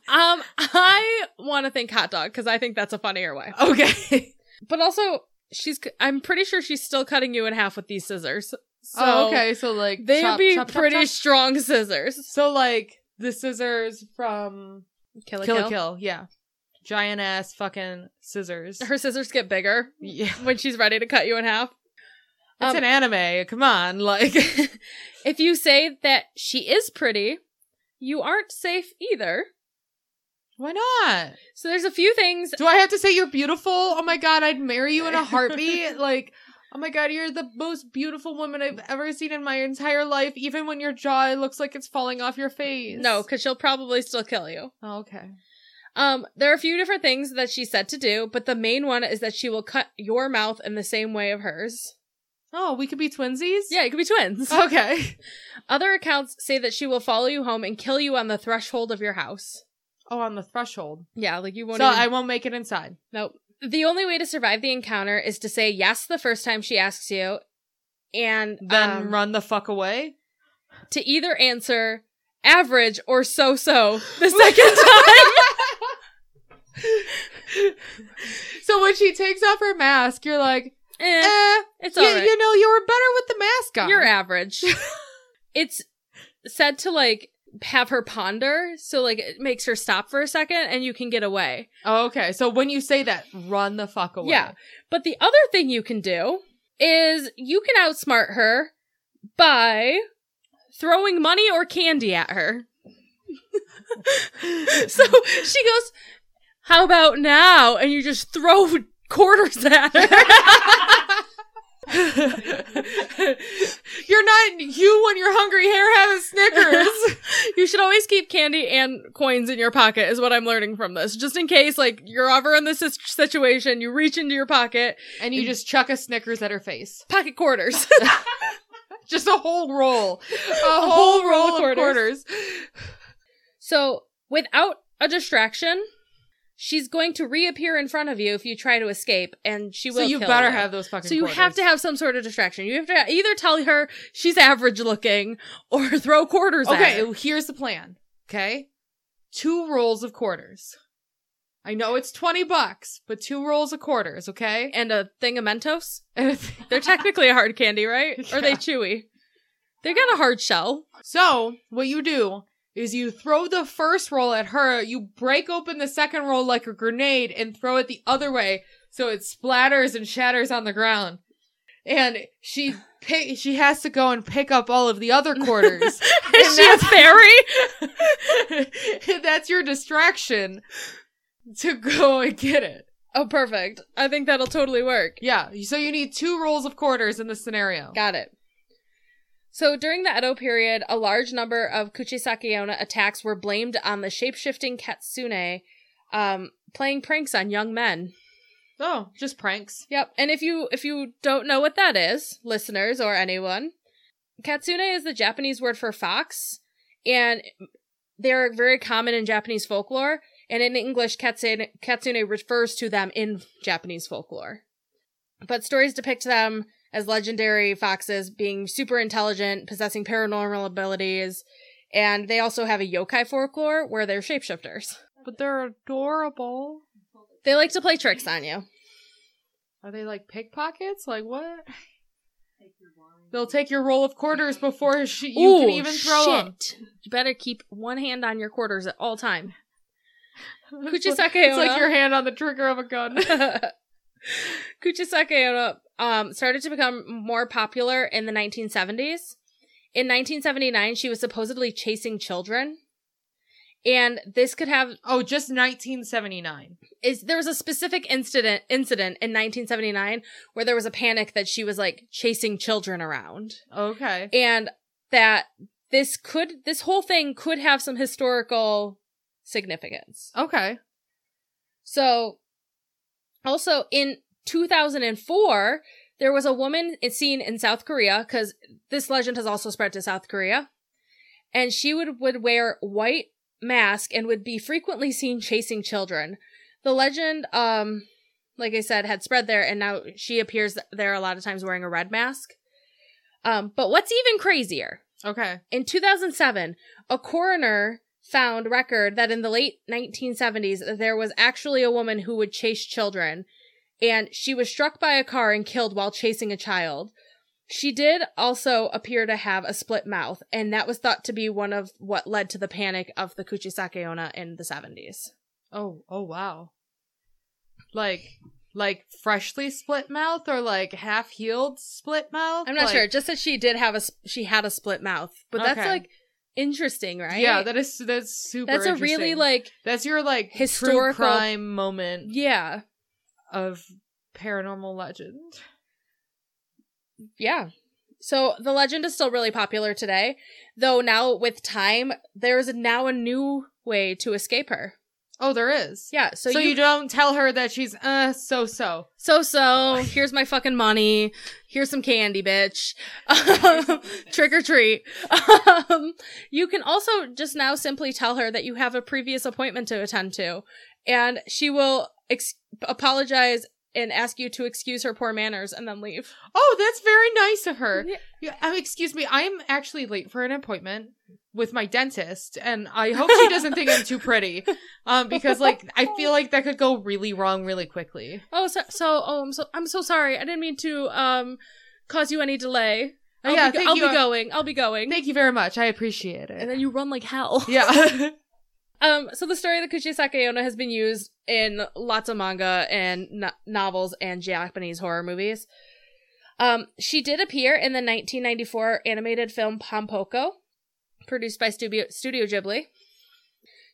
[SPEAKER 1] Um, I want to think hot dog because I think that's a funnier way.
[SPEAKER 2] Okay.
[SPEAKER 1] But also, she's. c- I'm pretty sure she's still cutting you in half with these scissors. So
[SPEAKER 2] oh, okay. So like
[SPEAKER 1] They would
[SPEAKER 2] chop,
[SPEAKER 1] be
[SPEAKER 2] chop, chop,
[SPEAKER 1] pretty
[SPEAKER 2] chop.
[SPEAKER 1] strong scissors.
[SPEAKER 2] so like the scissors from
[SPEAKER 1] Kill,
[SPEAKER 2] Kill
[SPEAKER 1] a
[SPEAKER 2] Kill,
[SPEAKER 1] kill.
[SPEAKER 2] yeah, giant ass fucking scissors.
[SPEAKER 1] Her scissors get bigger
[SPEAKER 2] yeah,
[SPEAKER 1] when she's ready to cut you in half.
[SPEAKER 2] it's
[SPEAKER 1] Um,
[SPEAKER 2] an anime. Come on, like
[SPEAKER 1] if you say that she is pretty, you aren't safe either.
[SPEAKER 2] why not?
[SPEAKER 1] So there's a few things.
[SPEAKER 2] Do I have to say you're beautiful? Oh my god, I'd marry you in a heartbeat. like, oh my god, you're the most beautiful woman I've ever seen in my entire life, even when your jaw looks like it's falling off your face.
[SPEAKER 1] No, because she'll probably still kill you.
[SPEAKER 2] Oh, okay.
[SPEAKER 1] Um, there are a few different things that she said to do, but the main one is that she will cut your mouth in the same way of hers.
[SPEAKER 2] Oh, we could be twinsies?
[SPEAKER 1] Yeah, it could be twins.
[SPEAKER 2] Okay.
[SPEAKER 1] Other accounts say that she will follow you home and kill you on the threshold of your house.
[SPEAKER 2] Oh, on the threshold.
[SPEAKER 1] Yeah, like you
[SPEAKER 2] So
[SPEAKER 1] won't. even-
[SPEAKER 2] I won't make it inside.
[SPEAKER 1] Nope. The only way to survive the encounter is to say yes the first time she asks you, and
[SPEAKER 2] Then
[SPEAKER 1] um,
[SPEAKER 2] run the fuck away.
[SPEAKER 1] to either answer average or so so the second time.
[SPEAKER 2] so when she takes off her mask, you're like, eh,
[SPEAKER 1] Eh, it's
[SPEAKER 2] you,
[SPEAKER 1] all right.
[SPEAKER 2] you know, you were better with the mask on.
[SPEAKER 1] You're average. it's said to like have her ponder, so like it makes her stop for a second and you can get away.
[SPEAKER 2] Oh, okay. So when you say that, run the fuck away.
[SPEAKER 1] Yeah. But the other thing you can do is you can outsmart her by throwing money or candy at her. so she goes, How about now? And you just throw quarters at her.
[SPEAKER 2] you're not you when you're hungry. Hair has Snickers.
[SPEAKER 1] you should always keep candy and coins in your pocket, is what I'm learning from this. Just in case, like, you're ever in this sis- situation, you reach into your pocket,
[SPEAKER 2] and you just chuck a Snickers at her face.
[SPEAKER 1] pocket quarters.
[SPEAKER 2] Just a whole roll. A,
[SPEAKER 1] whole
[SPEAKER 2] whole,
[SPEAKER 1] roll
[SPEAKER 2] roll
[SPEAKER 1] of
[SPEAKER 2] of quarters.
[SPEAKER 1] So, without a distraction, she's going to reappear in front of you if you try to escape, and she
[SPEAKER 2] So
[SPEAKER 1] will.
[SPEAKER 2] you
[SPEAKER 1] kill
[SPEAKER 2] better have those fucking
[SPEAKER 1] So you have to
[SPEAKER 2] quarters.
[SPEAKER 1] have some sort of distraction. You have to either tell her she's average looking or throw quarters at her.
[SPEAKER 2] Okay, here's the plan. Okay? Two rolls of quarters. I know it's 20 bucks, but two rolls of quarters, okay?
[SPEAKER 1] And a thing of Mentos.
[SPEAKER 2] And if-
[SPEAKER 1] They're technically a hard candy, right? Or Are they
[SPEAKER 2] Yeah.
[SPEAKER 1] chewy? They got a hard shell.
[SPEAKER 2] So, what you do is you throw the first roll at her, you break open the second roll like a grenade and throw it the other way so it splatters and shatters on the ground. And she pick, she has to go and pick up all of the other quarters.
[SPEAKER 1] Is she a
[SPEAKER 2] that's-
[SPEAKER 1] fairy?
[SPEAKER 2] That's your distraction to go and get it.
[SPEAKER 1] Oh, perfect. I think that'll totally work.
[SPEAKER 2] Yeah, so you need two rolls of quarters in this scenario.
[SPEAKER 1] Got it. So during the Edo period, a large number of Kuchisakiona attacks were blamed on the shapeshifting Katsune um, playing pranks on young men.
[SPEAKER 2] Oh, just pranks.
[SPEAKER 1] Yep. And if you if you don't know what that is, listeners or anyone, Katsune is the Japanese word for fox, and they are very common in Japanese folklore. And in English, katsune, katsune refers to them in Japanese folklore. But stories depict them as legendary foxes, being super intelligent, possessing paranormal abilities, and they also have a yokai folklore where they're shapeshifters.
[SPEAKER 2] But they're adorable.
[SPEAKER 1] They like to play tricks on you.
[SPEAKER 2] Are they like pickpockets? Like what?
[SPEAKER 3] Take your wine.
[SPEAKER 2] They'll take your roll of quarters before sh- you can
[SPEAKER 1] Ooh,
[SPEAKER 2] even throw them.
[SPEAKER 1] shit. You better keep one hand on your quarters at all time.
[SPEAKER 2] it's
[SPEAKER 1] Kuchisake
[SPEAKER 2] like your hand on the trigger of a gun.
[SPEAKER 1] Kuchisake um, started to become more popular in the 1970s. In 1979, she was supposedly chasing children. And this could have
[SPEAKER 2] oh, just 1979.
[SPEAKER 1] is there was a specific incident incident in 1979 where there was a panic that she was like chasing children around.
[SPEAKER 2] Okay.
[SPEAKER 1] and that this could this whole thing could have some historical significance.
[SPEAKER 2] Okay.
[SPEAKER 1] So also in 2004 there was a woman seen in South Korea cuz this legend has also spread to South Korea and she would would wear white mask and would be frequently seen chasing children. The legend um like I said had spread there and now she appears there a lot of times wearing a red mask. Um but what's even crazier
[SPEAKER 2] Okay.
[SPEAKER 1] in 2007, a coroner found record that in the late 1970s there was actually a woman who would chase children and she was struck by a car and killed while chasing a child. She did also appear to have a split mouth and that was thought to be one of what led to the panic of the Kuchisake Onna in the 70s.
[SPEAKER 2] Oh, oh wow. Like like freshly split mouth or like half healed split mouth?
[SPEAKER 1] I'm not
[SPEAKER 2] Like-
[SPEAKER 1] sure, just that she did have a sp- she had a split mouth, but that's
[SPEAKER 2] Okay.
[SPEAKER 1] like interesting, right?
[SPEAKER 2] Yeah, that is that's super
[SPEAKER 1] that's a really
[SPEAKER 2] interesting.
[SPEAKER 1] like
[SPEAKER 2] that's your like historical
[SPEAKER 1] historical-
[SPEAKER 2] crime moment
[SPEAKER 1] yeah.
[SPEAKER 2] of paranormal legend.
[SPEAKER 1] Yeah. So the legend is still really popular today, though now with time, there's now a new way to escape her.
[SPEAKER 2] Oh, there is.
[SPEAKER 1] Yeah.
[SPEAKER 2] So,
[SPEAKER 1] So,
[SPEAKER 2] you,
[SPEAKER 1] you,
[SPEAKER 2] don't tell her that she's uh so so.
[SPEAKER 1] so so here's my fucking money. Here's some candy, bitch. Trick or treat. Um, you can also just now simply tell her that you have a previous appointment to attend to, and she will ex- apologize and ask you to excuse her poor manners and then leave.
[SPEAKER 2] Oh, that's very nice of
[SPEAKER 1] Mm-hmm.
[SPEAKER 2] her. Yeah, um, excuse me, I'm actually late for an appointment with my dentist, and I hope she doesn't think I'm too pretty, um, because like I feel like that could go really wrong really quickly.
[SPEAKER 1] Oh, so, so oh, I'm so I'm so sorry. I didn't mean to um cause you any delay. I'll
[SPEAKER 2] Yeah,
[SPEAKER 1] be, go-
[SPEAKER 2] thank
[SPEAKER 1] I'll
[SPEAKER 2] you.
[SPEAKER 1] be going. I'll be going.
[SPEAKER 2] Thank you very much. I appreciate
[SPEAKER 1] And
[SPEAKER 2] it.
[SPEAKER 1] then you run like hell.
[SPEAKER 2] Yeah.
[SPEAKER 1] Um. So the story of the Kuchisake Onna has been used in lots of manga and no- novels and Japanese horror movies. Um. She did appear in the 1994 animated film Pompoko, produced by Studio Studio Ghibli.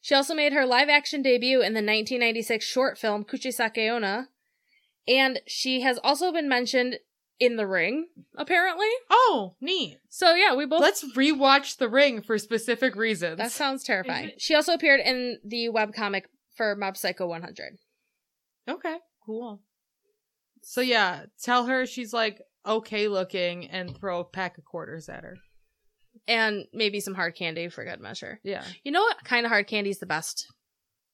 [SPEAKER 1] She also made her live action debut in the 1996 short film Kuchisake Onna, and she has also been mentioned in The Ring, apparently.
[SPEAKER 2] oh, neat.
[SPEAKER 1] So yeah, we both
[SPEAKER 2] Let's rewatch The Ring for specific reasons.
[SPEAKER 1] That sounds terrifying. She also appeared in the webcomic for Mob Psycho 100.
[SPEAKER 2] okay. Cool. So yeah, tell her she's like okay looking, and throw a pack of quarters at her.
[SPEAKER 1] And maybe some hard candy for good measure.
[SPEAKER 2] Yeah.
[SPEAKER 1] You know what kind of hard candy's the best?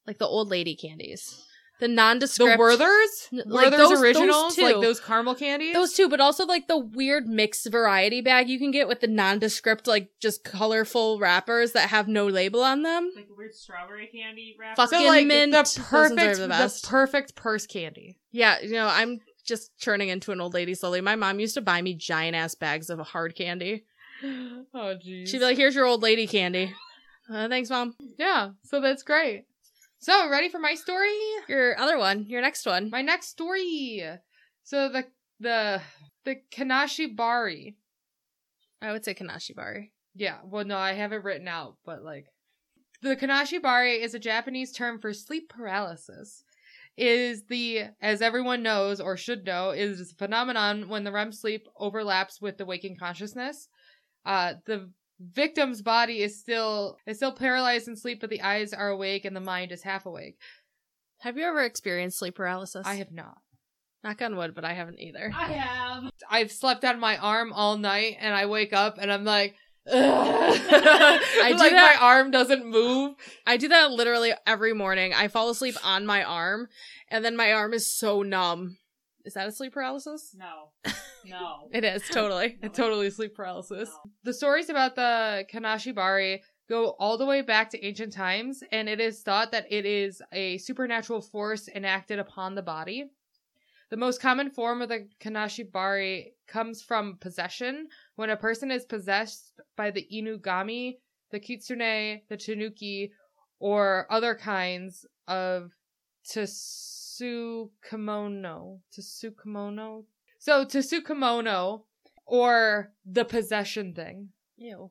[SPEAKER 1] Like the old lady candies. The nondescript.
[SPEAKER 2] The Werthers,
[SPEAKER 1] N- like
[SPEAKER 2] Werthers
[SPEAKER 1] those- those
[SPEAKER 2] originals,
[SPEAKER 1] two.
[SPEAKER 2] like those caramel candies.
[SPEAKER 1] Those two, but also like the weird mixed variety bag you can get with the nondescript, like just colorful wrappers that have no label on them.
[SPEAKER 3] Like the weird strawberry candy wrap.
[SPEAKER 1] Fuck
[SPEAKER 2] so
[SPEAKER 1] Fucking
[SPEAKER 2] like
[SPEAKER 1] mint. Those
[SPEAKER 2] the
[SPEAKER 1] ones
[SPEAKER 2] perfect,
[SPEAKER 1] are the
[SPEAKER 2] the,
[SPEAKER 1] best.
[SPEAKER 2] perfect purse candy.
[SPEAKER 1] Yeah, you know, I'm just turning into an old lady slowly. My mom used to buy me giant ass bags of hard candy.
[SPEAKER 2] Oh jeez.
[SPEAKER 1] She'd be like, here's your old lady candy. Uh, thanks, mom.
[SPEAKER 2] yeah. So that's great. So ready for my story?
[SPEAKER 1] Your other one, your next one.
[SPEAKER 2] My next story. So the the the Kanashi Bari.
[SPEAKER 1] I would say Kanashibari.
[SPEAKER 2] Yeah. Well, no, I have it written out, but like the Kanashi Bari is a Japanese term for sleep paralysis. Is the as everyone knows or should know is a phenomenon when the REM sleep overlaps with the waking consciousness. Uh, the victim's body is still is still paralyzed in sleep, but the eyes are awake and the mind is half awake.
[SPEAKER 1] Have you ever experienced sleep paralysis?
[SPEAKER 2] I have not.
[SPEAKER 1] Knock on wood, but I haven't either.
[SPEAKER 3] I have.
[SPEAKER 2] I've slept on my arm all night, and I wake up and I'm like,
[SPEAKER 3] I
[SPEAKER 1] do
[SPEAKER 2] like
[SPEAKER 1] that-
[SPEAKER 2] my arm doesn't move.
[SPEAKER 1] I do that literally every morning. I fall asleep on my arm, and then my arm is so numb. Is that a sleep paralysis?
[SPEAKER 3] No. No.
[SPEAKER 1] It is, totally.
[SPEAKER 3] No.
[SPEAKER 2] totally sleep paralysis.
[SPEAKER 3] No.
[SPEAKER 2] The stories about the Kanashibari go all the way back to ancient times, and it is thought that it is a supernatural force enacted upon the body. The most common form of the Kanashibari comes from possession, when a person is possessed by the Inugami, the Kitsune, the Tanuki, or other kinds of Tsukumono. Tsukumono? So, Tsukumono or the possession thing.
[SPEAKER 1] Ew.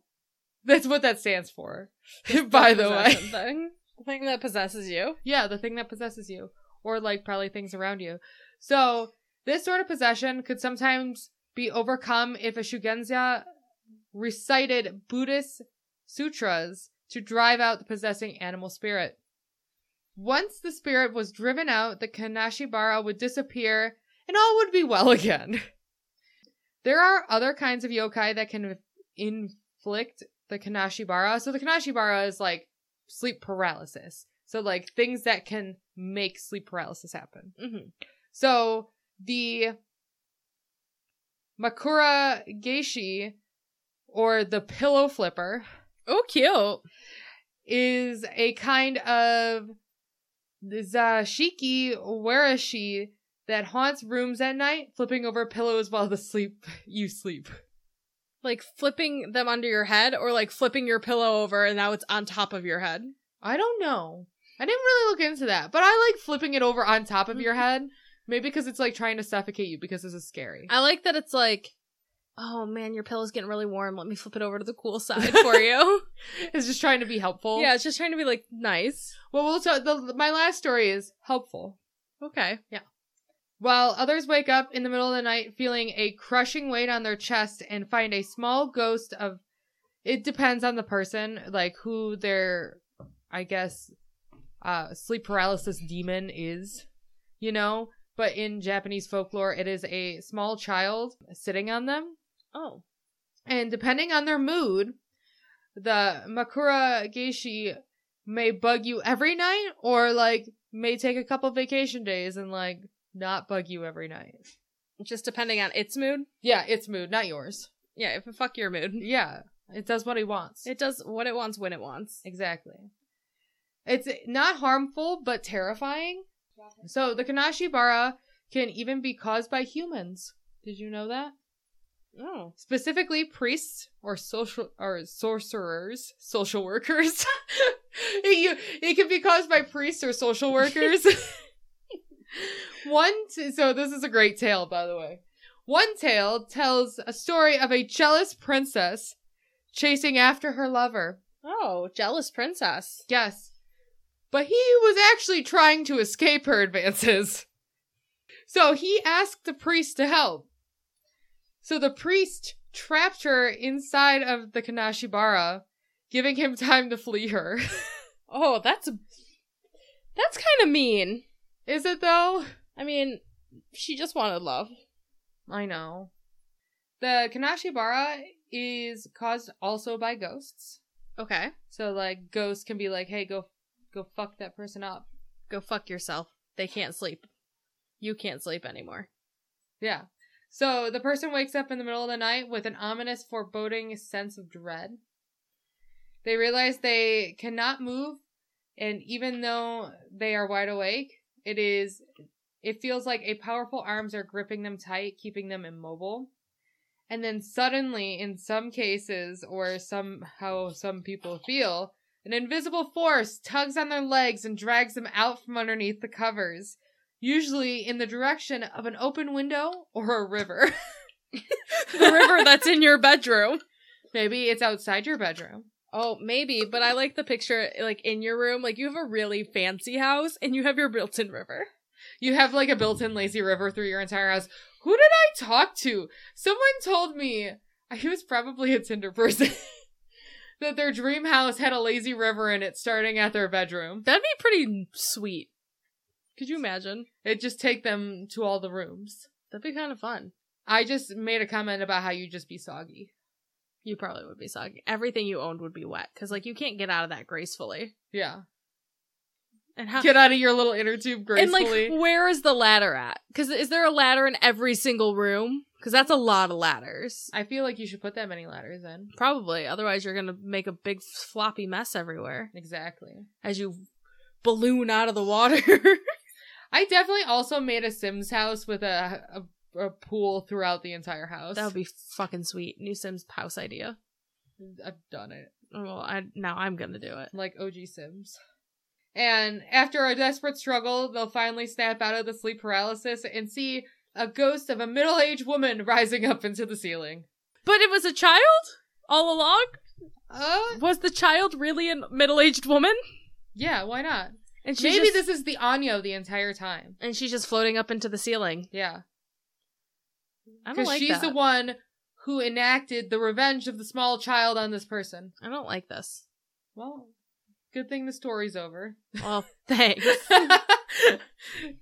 [SPEAKER 2] That's what that stands for, by the way.
[SPEAKER 1] possession Thing. The thing that possesses you.
[SPEAKER 2] Yeah, the thing that possesses you, or like probably things around you. So, this sort of possession could sometimes be overcome if a Shugenzya recited Buddhist sutras to drive out the possessing animal spirit. Once the spirit was driven out, the Kanashibara would disappear and all would be well again. There are other kinds of yokai that can inflict the Kanashibara. So, the Kanashibara is like sleep paralysis. So like things that can make sleep paralysis happen.
[SPEAKER 1] Mm-hmm.
[SPEAKER 2] So the Makura Geishi or the pillow flipper
[SPEAKER 1] Oh, cute.
[SPEAKER 2] is a kind of zashiki warashi that haunts rooms at night, flipping over pillows while the sleep you sleep.
[SPEAKER 1] Like flipping them under your head or like flipping your pillow over and now it's on top of your head.
[SPEAKER 2] I don't know. I didn't really look into that, but I like flipping it over on top of your head. Maybe because it's like trying to suffocate you because this is scary.
[SPEAKER 1] I like that it's like, oh man, your pillow's getting really warm. Let me flip it over to the cool side for you.
[SPEAKER 2] It's just trying to be helpful.
[SPEAKER 1] yeah, it's just trying to be like nice.
[SPEAKER 2] Well, we'll tell the, my last story is helpful.
[SPEAKER 1] Okay.
[SPEAKER 2] While others wake up in the middle of the night feeling a crushing weight on their chest and find a small ghost of it depends on the person, like who their I guess uh sleep paralysis demon is, you know? But in Japanese folklore, it is a small child sitting on them.
[SPEAKER 1] Oh.
[SPEAKER 2] And depending on their mood, the Makura Geishi may bug you every night or like may take a couple vacation days and like not bug you every night.
[SPEAKER 1] Just depending on its mood.
[SPEAKER 2] Yeah, its mood, not yours.
[SPEAKER 1] Yeah, if fuck your mood.
[SPEAKER 2] Yeah, it does what he wants.
[SPEAKER 1] It does what it wants when it wants.
[SPEAKER 2] exactly. It's not harmful, but terrifying. So the Kanashibara can even be caused by humans. Did you know that?
[SPEAKER 1] Oh.
[SPEAKER 2] specifically priests or social or sorcerers, social workers. it, you- it can be caused by priests or social workers. One, t- so this is a great tale, by the way. One tale tells a story of a jealous princess chasing after her lover.
[SPEAKER 1] Oh, jealous princess.
[SPEAKER 2] Yes. But he was actually trying to escape her advances. So he asked the priest to help. So the priest trapped her inside of the Kanashibara, giving him time to flee her.
[SPEAKER 1] Oh, that's that's kind of mean.
[SPEAKER 2] Is it though?
[SPEAKER 1] I mean, she just wanted love.
[SPEAKER 2] I know. The Kanashibara is caused also by ghosts.
[SPEAKER 1] Okay.
[SPEAKER 2] So like ghosts can be like, "Hey, go go fuck that person up."
[SPEAKER 1] Go fuck yourself. They can't sleep. You can't sleep anymore.
[SPEAKER 2] Yeah. So the person wakes up in the middle of the night with an ominous, foreboding sense of dread. They realize they cannot move, and even though they are wide awake, it is it feels like a powerful arms are gripping them tight, keeping them immobile. And then suddenly, in some cases, or somehow some people feel, an invisible force tugs on their legs and drags them out from underneath the covers usually in the direction of an open window or a river.
[SPEAKER 1] the river that's in your bedroom.
[SPEAKER 2] Maybe it's outside your bedroom.
[SPEAKER 1] Oh, maybe, but I like the picture like in your room. Like you have a really fancy house and you have your built-in river.
[SPEAKER 2] You have like a built in lazy river through your entire house. Who did I talk to? Someone told me, he was probably a Tinder person, that their dream house had a lazy river in it starting at their bedroom.
[SPEAKER 1] That'd be pretty sweet. Could you imagine?
[SPEAKER 2] It just take them to all the rooms.
[SPEAKER 1] That'd be kind of fun.
[SPEAKER 2] I just made a comment about how you just be soggy.
[SPEAKER 1] You probably would be soggy. Everything you owned would be wet cuz like you can't get out of that gracefully.
[SPEAKER 2] Yeah.
[SPEAKER 1] And how
[SPEAKER 2] Get out of your little inner tube
[SPEAKER 1] And
[SPEAKER 2] gracefully.
[SPEAKER 1] like where is the ladder at? Cuz is there a ladder in every single room? Cuz that's a lot of ladders.
[SPEAKER 2] I feel like you should put that many ladders in.
[SPEAKER 1] Probably. Otherwise you're going to make a big floppy mess everywhere
[SPEAKER 2] Exactly.
[SPEAKER 1] as you balloon out of the water.
[SPEAKER 2] I definitely also made a Sims house with a a, a pool throughout the entire house.
[SPEAKER 1] that would be fucking sweet. New Sims house idea.
[SPEAKER 2] I've done it
[SPEAKER 1] Well, I now I'm gonna do it.
[SPEAKER 2] like OG Sims. And after a desperate struggle, they'll finally snap out of the sleep paralysis and see a ghost of a middle-aged woman rising up into the ceiling.
[SPEAKER 1] But it was a child all along.
[SPEAKER 2] Oh,
[SPEAKER 1] Was the child really a middle-aged woman?
[SPEAKER 2] yeah, why not?
[SPEAKER 1] And she's
[SPEAKER 2] Maybe
[SPEAKER 1] just,
[SPEAKER 2] this is the Anya the entire time.
[SPEAKER 1] and she's just floating up into the ceiling.
[SPEAKER 2] Yeah,
[SPEAKER 1] I don't
[SPEAKER 2] because
[SPEAKER 1] like
[SPEAKER 2] she's
[SPEAKER 1] that.
[SPEAKER 2] the one who enacted the revenge of the small child on this person.
[SPEAKER 1] I don't like this.
[SPEAKER 2] Well, good thing the story's over.
[SPEAKER 1] Well, thanks.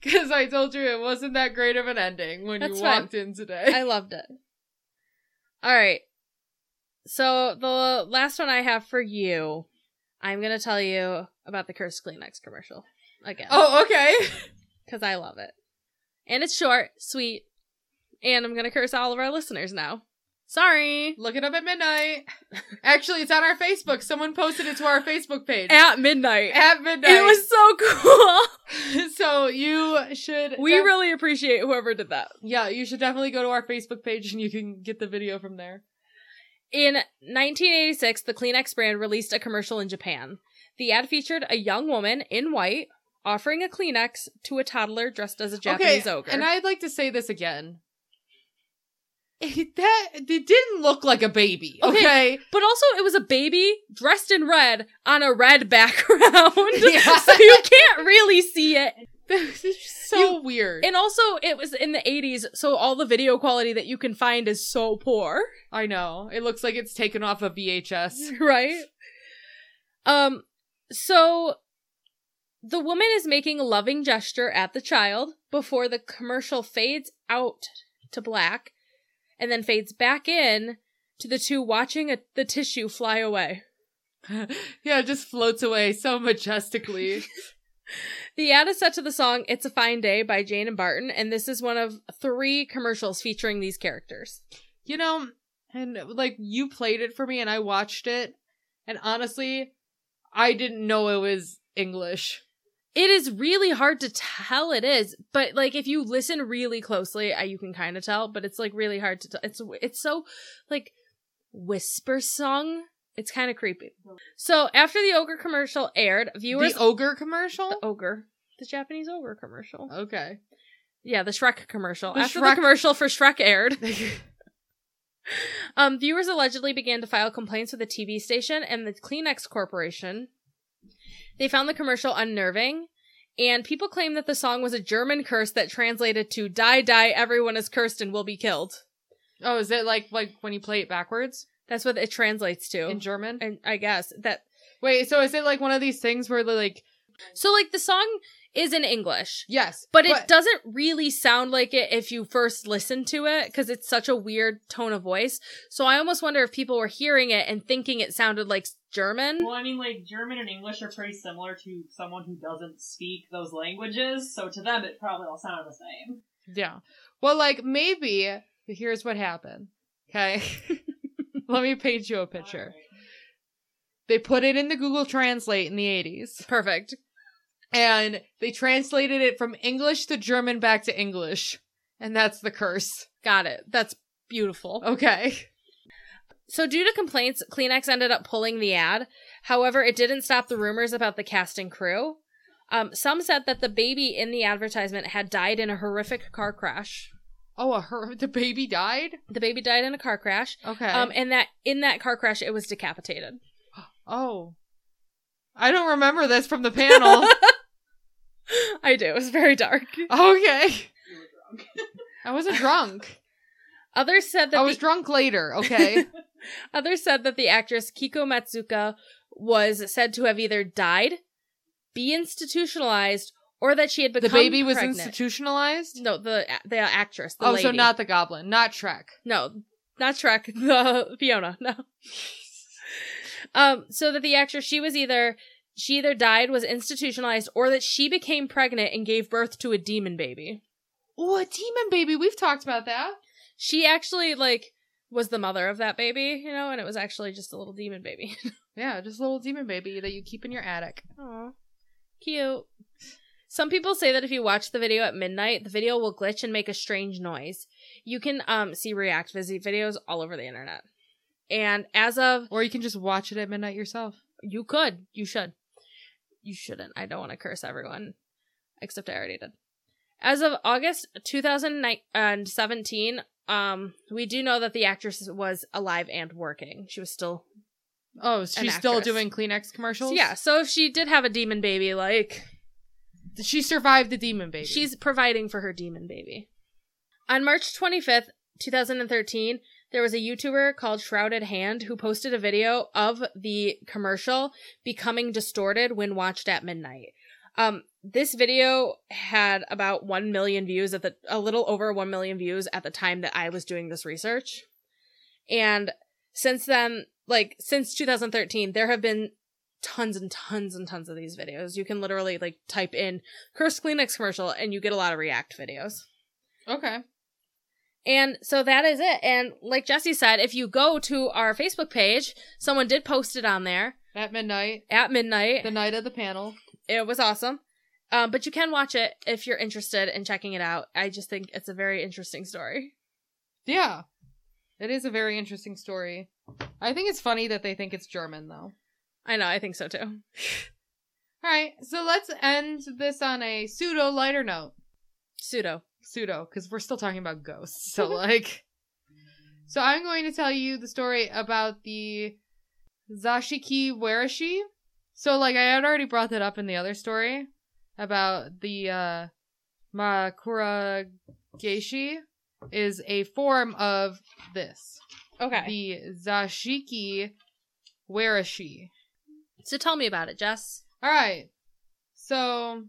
[SPEAKER 2] Because I told you it wasn't that great of an ending when
[SPEAKER 1] That's
[SPEAKER 2] you
[SPEAKER 1] fine.
[SPEAKER 2] walked in today.
[SPEAKER 1] I loved it. All right. So the last one I have for you, I'm gonna tell you about the cursed Kleenex commercial again
[SPEAKER 2] oh, okay.
[SPEAKER 1] because I love it, and it's short, sweet, and I'm gonna curse all of our listeners now. Sorry.
[SPEAKER 2] Look it up at midnight. Actually, it's on our Facebook. Someone posted it to our Facebook page
[SPEAKER 1] At midnight.
[SPEAKER 2] At midnight.
[SPEAKER 1] It was so cool.
[SPEAKER 2] so you should.
[SPEAKER 1] we
[SPEAKER 2] def-
[SPEAKER 1] really appreciate whoever did that.
[SPEAKER 2] yeah, you should definitely go to our Facebook page and you can get the video from there.
[SPEAKER 1] In 1986, the Kleenex brand released a commercial in Japan. The ad featured a young woman in white offering a Kleenex to a toddler dressed as a Japanese
[SPEAKER 2] okay,
[SPEAKER 1] ogre.
[SPEAKER 2] and I'd like to say this again. That it didn't look like a baby.
[SPEAKER 1] Okay.
[SPEAKER 2] Okay,
[SPEAKER 1] but also, it was a baby dressed in red on a red background.
[SPEAKER 2] Yeah.
[SPEAKER 1] so you can't really see it.
[SPEAKER 2] this is so weird.
[SPEAKER 1] And also, it was in the 80s, so all the video quality that you can find is so poor.
[SPEAKER 2] I know it looks like it's taken off a VHS.
[SPEAKER 1] right? Um, so the woman is making a loving gesture at the child before the commercial fades out to black and then fades back in to the two watching a, the tissue fly away.
[SPEAKER 2] yeah, it just floats away so majestically.
[SPEAKER 1] The ad is set to the song It's a Fine Day by Jane and Barton, and this is one of three commercials featuring these characters.
[SPEAKER 2] you know, and like you played it for me and I watched it, and honestly, I didn't know it was English.
[SPEAKER 1] It is really hard to tell it is, but like if you listen really closely, uh, you can kind of tell, but it's like really hard to tell. It's it's so like whisper sung. It's kind of creepy. So after the ogre commercial aired, viewers
[SPEAKER 2] the ogre commercial.
[SPEAKER 1] The ogre, the Japanese ogre commercial.
[SPEAKER 2] okay.
[SPEAKER 1] Yeah, the Shrek commercial.
[SPEAKER 2] The
[SPEAKER 1] after
[SPEAKER 2] Shrek-
[SPEAKER 1] the commercial for Shrek aired, um, viewers allegedly began to file complaints with the TV station and the Kleenex Corporation. They found the commercial unnerving, and people claimed that the song was a German curse that translated to "Die, die, everyone is cursed and will be killed."
[SPEAKER 2] oh, is it like like when you play it backwards
[SPEAKER 1] That's what it translates to,
[SPEAKER 2] in German?
[SPEAKER 1] and I guess that.
[SPEAKER 2] Wait, so is it like one of these things where like
[SPEAKER 1] So, like, the song is in English.
[SPEAKER 2] yes,
[SPEAKER 1] But it doesn't really sound like it if you first listen to it because it's such a weird tone of voice. So I almost wonder if people were hearing it and thinking it sounded like German.
[SPEAKER 3] Well, I mean, like German and English are pretty similar to someone who doesn't speak those languages, so to them it probably all sounded the same.
[SPEAKER 2] Yeah. Well, like maybe here's what happened. Okay. Let me paint you a picture. They put it in the Google Translate in the 80s
[SPEAKER 1] Perfect.
[SPEAKER 2] and they translated it from English to German back to English. And that's the curse.
[SPEAKER 1] Got it. That's beautiful.
[SPEAKER 2] Okay.
[SPEAKER 1] So, due to complaints, Kleenex ended up pulling the ad. However, it didn't stop the rumors about the cast and crew. Um, some said that the baby in the advertisement had died in a horrific car crash.
[SPEAKER 2] Oh, a her- the baby died?
[SPEAKER 1] The baby died in a car crash.
[SPEAKER 2] Okay.
[SPEAKER 1] Um, and that in that car crash, it was decapitated.
[SPEAKER 2] oh. I don't remember this from the panel.
[SPEAKER 1] I do. It was very dark.
[SPEAKER 2] okay.
[SPEAKER 3] You were drunk.
[SPEAKER 2] I wasn't drunk.
[SPEAKER 1] Others said that
[SPEAKER 2] I was
[SPEAKER 1] the,
[SPEAKER 2] drunk later. Okay.
[SPEAKER 1] others said that the actress Kiko Matsuka was said to have either died, be institutionalized, or that she had
[SPEAKER 2] the
[SPEAKER 1] become
[SPEAKER 2] baby was
[SPEAKER 1] pregnant.
[SPEAKER 2] institutionalized?
[SPEAKER 1] No, the the actress. The
[SPEAKER 2] oh, so
[SPEAKER 1] lady.
[SPEAKER 2] not the goblin, not Shrek.
[SPEAKER 1] no, not Shrek. The Fiona. No. um. So that the actress she was either she either died was institutionalized or that she became pregnant and gave birth to a demon baby.
[SPEAKER 2] Oh, a demon baby. We've talked about that.
[SPEAKER 1] She actually like was the mother of that baby, you know, and it was actually just a little demon baby.
[SPEAKER 2] Yeah, just a little demon baby that you keep in your attic.
[SPEAKER 1] Aw. Cute. Some people say that if you watch the video at midnight, the video will glitch and make a strange noise. You can um, see React Visit videos all over the internet. And as of
[SPEAKER 2] Or you can just watch it at midnight yourself.
[SPEAKER 1] you could, you should. You shouldn't. I don't want to curse everyone, except I already did. As of August 2017, uh, um, we do know that the actress was alive and working. She was still.
[SPEAKER 2] Oh, she's still
[SPEAKER 1] actress.
[SPEAKER 2] doing Kleenex commercials?
[SPEAKER 1] So, yeah, so if she did have a demon baby, like.
[SPEAKER 2] She survived the demon baby.
[SPEAKER 1] She's providing for her demon baby. On March 25th, 2013, there was a YouTuber called Shrouded Hand who posted a video of the commercial becoming distorted when watched at midnight. Um, this video had about 1 million views at the, a little over 1 million views at the time that I was doing this research. And since then, like, since 2013, there have been tons and tons and tons of these videos. You can literally, like, type in Curse Kleenex commercial, and you get a lot of React videos.
[SPEAKER 2] Okay.
[SPEAKER 1] And so that is it. And like Jesse said, if you go to our Facebook page, someone did post it on there
[SPEAKER 2] At midnight,
[SPEAKER 1] at midnight.
[SPEAKER 2] the night of the panel.
[SPEAKER 1] It was awesome. Um, but you can watch it if you're interested in checking it out. I just think it's a very interesting story.
[SPEAKER 2] Yeah. It is a very interesting story. I think it's funny that they think it's German, though.
[SPEAKER 1] I know, I think so too.
[SPEAKER 2] All right, so let's end this on a pseudo lighter note.
[SPEAKER 1] Pseudo.
[SPEAKER 2] Pseudo, because we're still talking about ghosts. So, like, so I'm going to tell you the story about the Zashiki Warashi. So, like, I had already brought that up in the other story about the uh, Makura Geishi is a form of this.
[SPEAKER 1] Okay.
[SPEAKER 2] the Zashiki Warashi.
[SPEAKER 1] So tell me about it, Jess.
[SPEAKER 2] All right. So,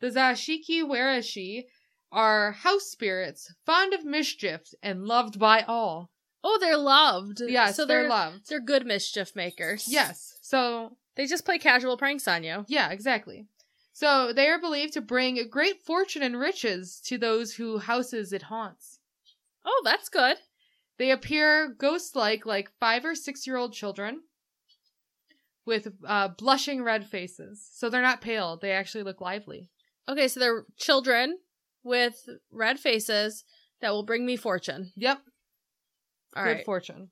[SPEAKER 2] the Zashiki Warashi are house spirits, fond of mischief and loved by all.
[SPEAKER 1] Oh, they're loved.
[SPEAKER 2] Yes,
[SPEAKER 1] so
[SPEAKER 2] they're,
[SPEAKER 1] they're
[SPEAKER 2] loved.
[SPEAKER 1] They're good mischief makers.
[SPEAKER 2] Yes. So,
[SPEAKER 1] They just play casual pranks on you.
[SPEAKER 2] yeah, exactly. So, they are believed to bring great fortune and riches to those who houses it haunts.
[SPEAKER 1] Oh, that's good.
[SPEAKER 2] They appear ghost-like like 5 or 6-year-old children with uh, blushing red faces. So they're not pale, they actually look lively.
[SPEAKER 1] Okay, so they're children with red faces that will bring me fortune.
[SPEAKER 2] Yep.
[SPEAKER 1] All
[SPEAKER 2] good
[SPEAKER 1] right.
[SPEAKER 2] fortune.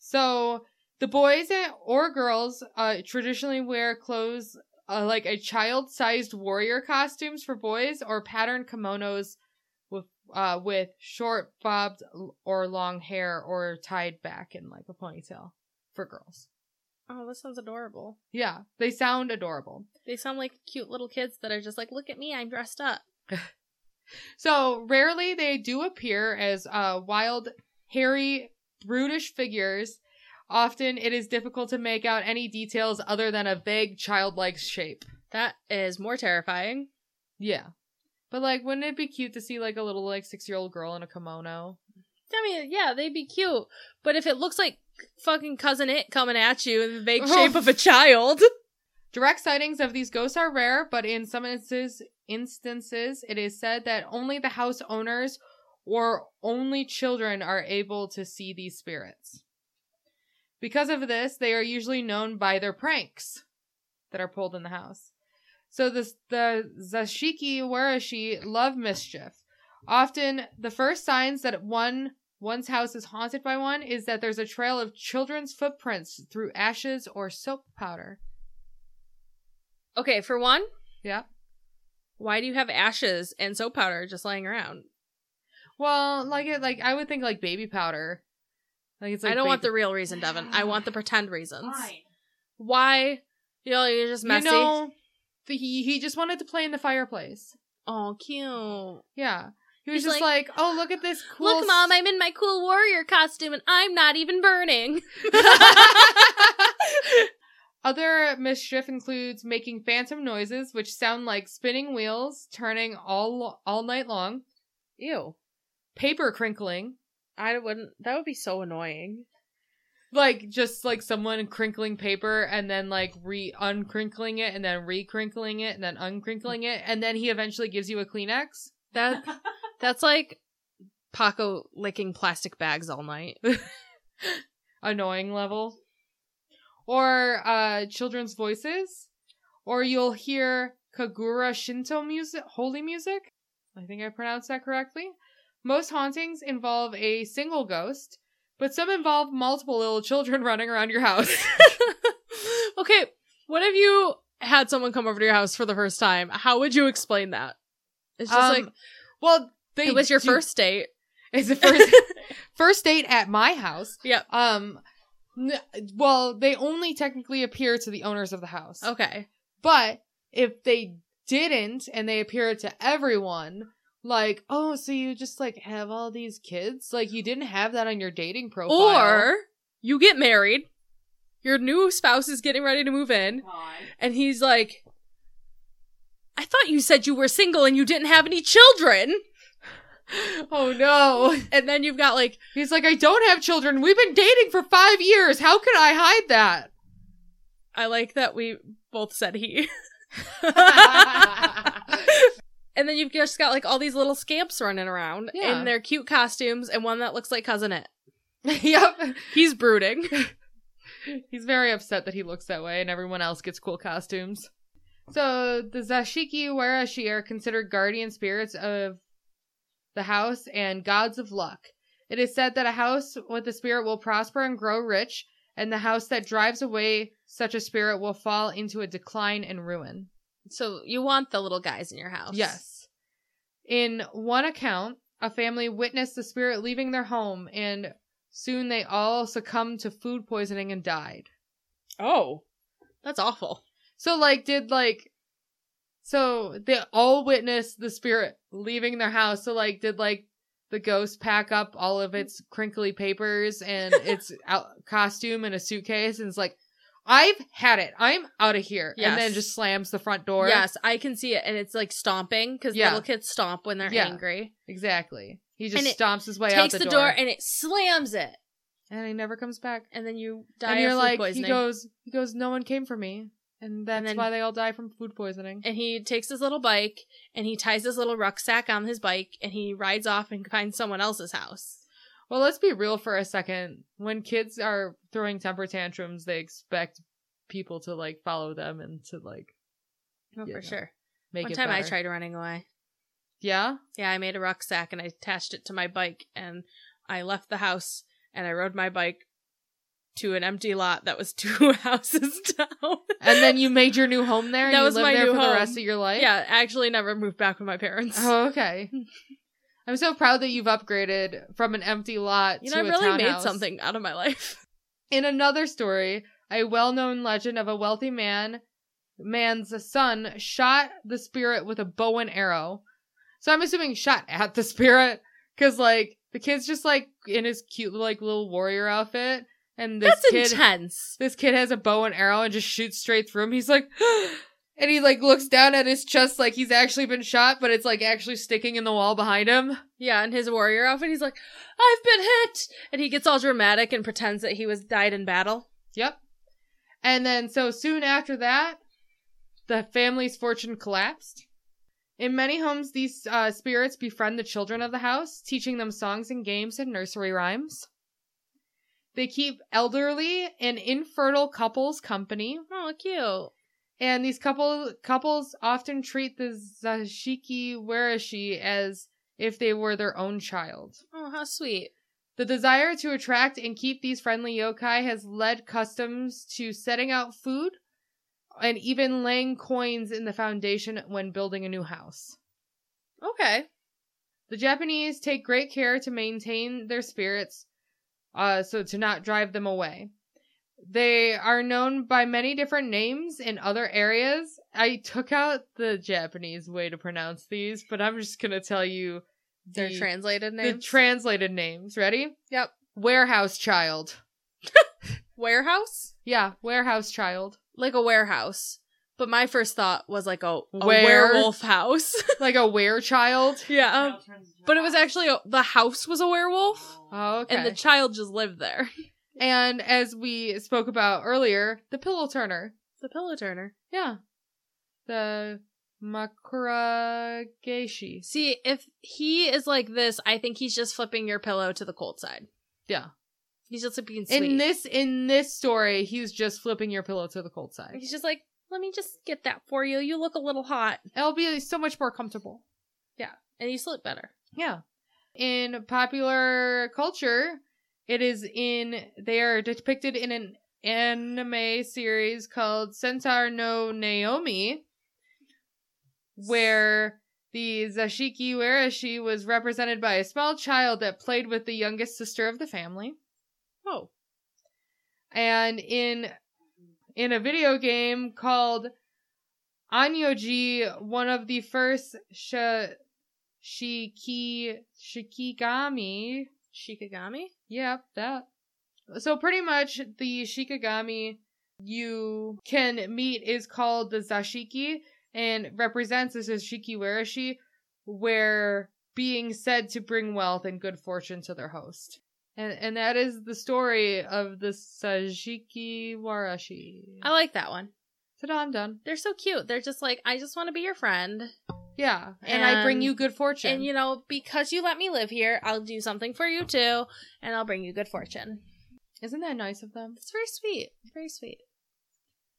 [SPEAKER 2] So the boys and, or girls uh, traditionally wear clothes uh, like a child-sized warrior costumes for boys or patterned kimonos with uh, with short bobbed l- or long hair or tied back in like a ponytail for girls.
[SPEAKER 1] oh, that sounds adorable.
[SPEAKER 2] Yeah, they sound adorable.
[SPEAKER 1] They sound like cute little kids that are just like, look at me, I'm dressed up.
[SPEAKER 2] So rarely they do appear as uh, wild, hairy, brutish figures. Often it is difficult to make out any details other than a vague childlike shape.
[SPEAKER 1] That is more terrifying.
[SPEAKER 2] Yeah. But like, wouldn't it be cute to see like a little like six year old girl in a kimono?
[SPEAKER 1] I mean, yeah, they'd be cute, but if it looks like fucking cousin it coming at you in the vague
[SPEAKER 2] Oh.
[SPEAKER 1] shape of a child,
[SPEAKER 2] Direct sightings of these ghosts are rare, but in some instances, instances it is said that only the house owners or only children are able to see these spirits. Because of this, they are usually known by their pranks that are pulled in the house. So this, the Zashiki Warashi love mischief. Often, the first signs that one one's house is haunted by one is that there's a trail of children's footprints through ashes or soap powder.
[SPEAKER 1] okay. For one,
[SPEAKER 2] Yeah.
[SPEAKER 1] why do you have ashes and soap powder just lying around?
[SPEAKER 2] Well, like it, like I would think like baby powder. Like it's like
[SPEAKER 1] I don't want the
[SPEAKER 2] baby-
[SPEAKER 1] real reason, Devin. I want the pretend reasons.
[SPEAKER 3] Fine.
[SPEAKER 1] Why? You know, you're just messy.
[SPEAKER 2] You know, the, he he just wanted to play in the fireplace.
[SPEAKER 1] oh, cute.
[SPEAKER 2] Yeah, he was
[SPEAKER 1] He's
[SPEAKER 2] just like, oh look at this cool.
[SPEAKER 1] Look, mom, I'm in my cool warrior costume and I'm not even burning.
[SPEAKER 2] Other mischief includes making phantom noises, which sound like spinning wheels, turning all all night long,
[SPEAKER 1] Ew.
[SPEAKER 2] paper crinkling,
[SPEAKER 1] I wouldn't. That would be so annoying.
[SPEAKER 2] like just like someone crinkling paper and then like re uncrinkling it and then recrinkling it and then uncrinkling it and then he eventually gives you a Kleenex.
[SPEAKER 1] That that's like Paco licking plastic bags all night.
[SPEAKER 2] annoying level or uh children's voices or you'll hear kagura shinto music holy music i think i pronounced that correctly most hauntings involve a single ghost but some involve multiple little children running around your house
[SPEAKER 1] okay, what if you had someone come over to your house for the first time? How would you explain that? It's just
[SPEAKER 2] Um,
[SPEAKER 1] like
[SPEAKER 2] well they
[SPEAKER 1] it was your
[SPEAKER 2] do-
[SPEAKER 1] first date.
[SPEAKER 2] it's the first first date at my house
[SPEAKER 1] Yep.
[SPEAKER 2] um n- well they only technically appear to the owners of the house
[SPEAKER 1] Okay.
[SPEAKER 2] But if they didn't and they appear to everyone, like, oh, so you just like have all these kids? Like you didn't have that on your dating profile.
[SPEAKER 1] Or you get married, your new spouse is getting ready to move in,
[SPEAKER 3] God.
[SPEAKER 1] and he's like, I thought you said you were single and you didn't have any children.
[SPEAKER 2] Oh no.
[SPEAKER 1] And then you've got like,
[SPEAKER 2] He's like, I don't have children. We've been dating for five years. How could I hide that?
[SPEAKER 1] I like that we both said he. and then you've just got like all these little scamps running around
[SPEAKER 2] Yeah.
[SPEAKER 1] in their cute costumes and one that looks like cousin it.
[SPEAKER 2] yep.
[SPEAKER 1] He's brooding.
[SPEAKER 2] He's very upset that he looks that way and everyone else gets cool costumes. So the Zashiki Warashi are considered guardian spirits of the house and gods of luck. It is said that a house with a spirit will prosper and grow rich, and the house that drives away such a spirit will fall into a decline and ruin.
[SPEAKER 1] so you want the little guys in your house.
[SPEAKER 2] Yes. In one account, a family witnessed the spirit leaving their home, and soon they all succumbed to food poisoning and died.
[SPEAKER 1] Oh. That's awful.
[SPEAKER 2] So, like, did like, so they all witnessed the spirit leaving their house. So, like, did like the ghost pack up all of its crinkly papers and its out- costume in a suitcase and it's like, I've had it. I'm out of here. And then
[SPEAKER 1] Yes.
[SPEAKER 2] just slams the front door.
[SPEAKER 1] yes, I can see it. And it's like stomping because
[SPEAKER 2] Yeah.
[SPEAKER 1] little kids stomp when they're
[SPEAKER 2] Yeah.
[SPEAKER 1] angry.
[SPEAKER 2] Exactly. He just
[SPEAKER 1] And it
[SPEAKER 2] stomps his way out
[SPEAKER 1] Takes
[SPEAKER 2] the,
[SPEAKER 1] the, door.
[SPEAKER 2] door,
[SPEAKER 1] and it slams it.
[SPEAKER 2] and he never comes back.
[SPEAKER 1] And then you die
[SPEAKER 2] and you're
[SPEAKER 1] of food
[SPEAKER 2] like,
[SPEAKER 1] poisoning.
[SPEAKER 2] he goes, he goes, no one came for me, and that's
[SPEAKER 1] then-
[SPEAKER 2] why they all die from food poisoning.
[SPEAKER 1] and he takes his little bike and he ties his little rucksack on his bike and he rides off and finds someone else's house.
[SPEAKER 2] well, let's be real for a second. When kids are throwing temper tantrums, they expect people to like follow them and to like
[SPEAKER 1] Oh,
[SPEAKER 2] Yeah,
[SPEAKER 1] for
[SPEAKER 2] no.
[SPEAKER 1] sure.
[SPEAKER 2] make
[SPEAKER 1] One
[SPEAKER 2] it
[SPEAKER 1] time I
[SPEAKER 2] better.
[SPEAKER 1] tried running away.
[SPEAKER 2] Yeah,
[SPEAKER 1] Yeah, I made a rucksack and I attached it to my bike and I left the house and I rode my bike to an empty lot that was two houses down.
[SPEAKER 2] and then you made your new home there. And
[SPEAKER 1] That
[SPEAKER 2] you
[SPEAKER 1] was
[SPEAKER 2] lived
[SPEAKER 1] my
[SPEAKER 2] there
[SPEAKER 1] new
[SPEAKER 2] for the
[SPEAKER 1] home.
[SPEAKER 2] rest of your life.
[SPEAKER 1] yeah, actually never moved back with my parents.
[SPEAKER 2] Oh, okay. I'm so proud that you've upgraded from an empty lot
[SPEAKER 1] you
[SPEAKER 2] to
[SPEAKER 1] know, I
[SPEAKER 2] a
[SPEAKER 1] really made
[SPEAKER 2] townhouse.
[SPEAKER 1] something out of my life.
[SPEAKER 2] In another story, a well-known legend of a wealthy man man's son shot the spirit with a bow and arrow. So I'm assuming shot at the spirit cuz like the kid's just like in his cute like little warrior outfit and this
[SPEAKER 1] That's
[SPEAKER 2] kid
[SPEAKER 1] intense.
[SPEAKER 2] this kid has a bow and arrow and just shoots straight through him. He's like and he like looks down at his chest like he's actually been shot but it's like actually sticking in the wall behind him.
[SPEAKER 1] Yeah, in his warrior outfit, he's like, I've been hit! And he gets all dramatic and pretends that he was died in battle.
[SPEAKER 2] Yep. And then so soon after that, the family's fortune collapsed. In many homes, these uh, spirits befriend the children of the house, teaching them songs and games and nursery rhymes. They keep elderly and infertile couples company,
[SPEAKER 1] Oh, cute.
[SPEAKER 2] and these couple couples often treat the Zashiki Warashi as if they were their own child.
[SPEAKER 1] Oh, how sweet.
[SPEAKER 2] The desire to attract and keep these friendly yokai has led customs to setting out food and even laying coins in the foundation when building a new house.
[SPEAKER 1] Okay.
[SPEAKER 2] The Japanese take great care to maintain their spirits uh, so to not drive them away. They are known by many different names in other areas. I took out the Japanese way to pronounce these, but I'm just going to tell you
[SPEAKER 1] Their
[SPEAKER 2] the-
[SPEAKER 1] translated
[SPEAKER 2] the
[SPEAKER 1] name.
[SPEAKER 2] translated names. Ready?
[SPEAKER 1] Yep.
[SPEAKER 2] Warehouse child.
[SPEAKER 1] warehouse?
[SPEAKER 2] Yeah, warehouse child.
[SPEAKER 1] Like a warehouse. But my first thought was like a, a
[SPEAKER 2] Where-
[SPEAKER 1] werewolf house.
[SPEAKER 2] like a were child.
[SPEAKER 1] yeah.
[SPEAKER 3] Now turns into
[SPEAKER 1] Um, But it
[SPEAKER 3] a
[SPEAKER 1] was
[SPEAKER 3] house.
[SPEAKER 1] actually a, the house was a werewolf,
[SPEAKER 2] Oh, okay.
[SPEAKER 1] and the child just lived there.
[SPEAKER 2] and as we spoke about earlier, the pillow turner.
[SPEAKER 1] The pillow turner.
[SPEAKER 2] Yeah. The Makura Geishi.
[SPEAKER 1] See, if he is like this, I think he's just flipping your pillow to the cold side.
[SPEAKER 2] Yeah.
[SPEAKER 1] He's just like being sweet.
[SPEAKER 2] In this in this story, he's just flipping your pillow to the cold side.
[SPEAKER 1] he's just like, let me just get that for you. You look a little hot,
[SPEAKER 2] It'll be so much more comfortable.
[SPEAKER 1] and you sleep better.
[SPEAKER 2] Yeah. In popular culture, it is in they are depicted in an anime series called Sentar no Naomi, where the Zashiki Warashi was represented by a small child that played with the youngest sister of the family.
[SPEAKER 1] Oh,
[SPEAKER 2] And in in a video game called Anyoji, one of the first sh- shiki shikigami.
[SPEAKER 1] Shikigami.
[SPEAKER 2] Yep, that. So pretty much the shikigami you can meet is called the zashiki and represents the zashiki warashi, where being said to bring wealth and good fortune to their host. And, and that is the story of the Sajiki Warashi.
[SPEAKER 1] I like that one.
[SPEAKER 2] Ta-da, I'm done.
[SPEAKER 1] They're so cute. They're just like, I just want to be your friend.
[SPEAKER 2] Yeah. And, I bring
[SPEAKER 1] And-
[SPEAKER 2] you good fortune.
[SPEAKER 1] And you know, because you let me live here, I'll do something for you too, and I'll bring you good fortune.
[SPEAKER 2] Isn't that nice of them?
[SPEAKER 1] It's very sweet. Very sweet.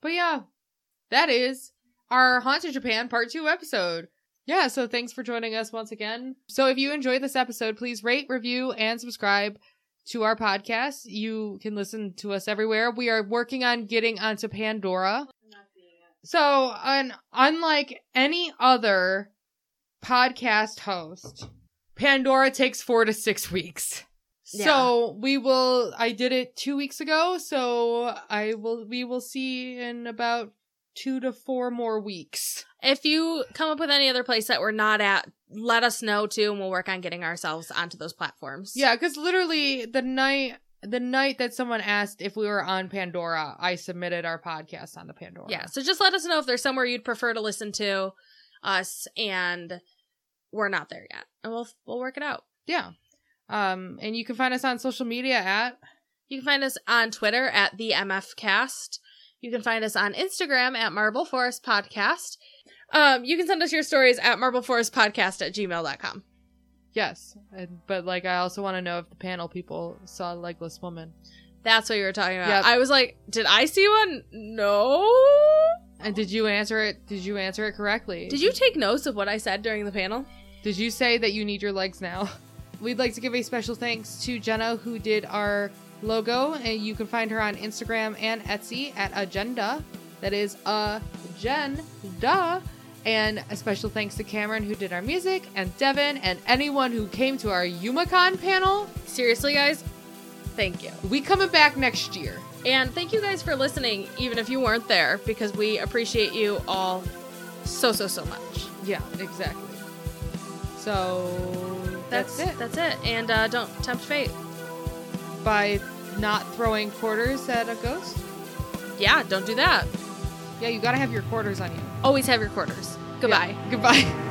[SPEAKER 2] But yeah, that is our Haunted Japan Part 2 episode. Yeah, so thanks for joining us once again. So if you enjoyed this episode, please rate, review, and subscribe to our podcast. You can listen to us everywhere. We are working on getting onto Pandora. So, un- unlike any other podcast host, Pandora takes four to six weeks. So we will. I did it two weeks ago. So I will. We will see in about two to four more weeks.
[SPEAKER 1] If you come up with any other place that we're not at, let us know too, and we'll work on getting ourselves onto those platforms.
[SPEAKER 2] Yeah, because literally the night the night that someone asked if we were on Pandora, I submitted our podcast on the Pandora.
[SPEAKER 1] Yeah. So just let us know if there's somewhere you'd prefer to listen to us, and we're not there yet, and we'll we'll work it out.
[SPEAKER 2] yeah. Um, and you can find us on social media at
[SPEAKER 1] You can find us on Twitter at the MFcast. You can find us on Instagram at Marble Forest Podcast. Um, you can send us your stories at marbleforestpodcast at gmail.com.
[SPEAKER 2] yes. And, but like, I also want to know if the panel people saw legless woman.
[SPEAKER 1] That's what you were talking about.
[SPEAKER 2] Yep.
[SPEAKER 1] I was like, did I see one? No.
[SPEAKER 2] And did you answer it? Did you answer it correctly?
[SPEAKER 1] Did you take notes of what I said during the panel?
[SPEAKER 2] Did you say that you need your legs now? We'd like to give a special thanks to Jenna who did our logo, and you can find her on Instagram and Etsy at Agenda. That is Agenda. And a special thanks to Cameron who did our music, and Devin, and anyone who came to our YumaCon panel.
[SPEAKER 1] Seriously, guys, thank you.
[SPEAKER 2] We coming back next year.
[SPEAKER 1] And thank you guys for listening, even if you weren't there, because we appreciate you all so, so, so much.
[SPEAKER 2] Yeah, exactly. So that's, it.
[SPEAKER 1] That's it. And uh, don't tempt fate.
[SPEAKER 2] By not throwing quarters at a ghost.
[SPEAKER 1] Yeah, don't do that.
[SPEAKER 2] Yeah, you gotta have your quarters on you.
[SPEAKER 1] Always have your quarters. Goodbye.
[SPEAKER 2] Yeah, goodbye.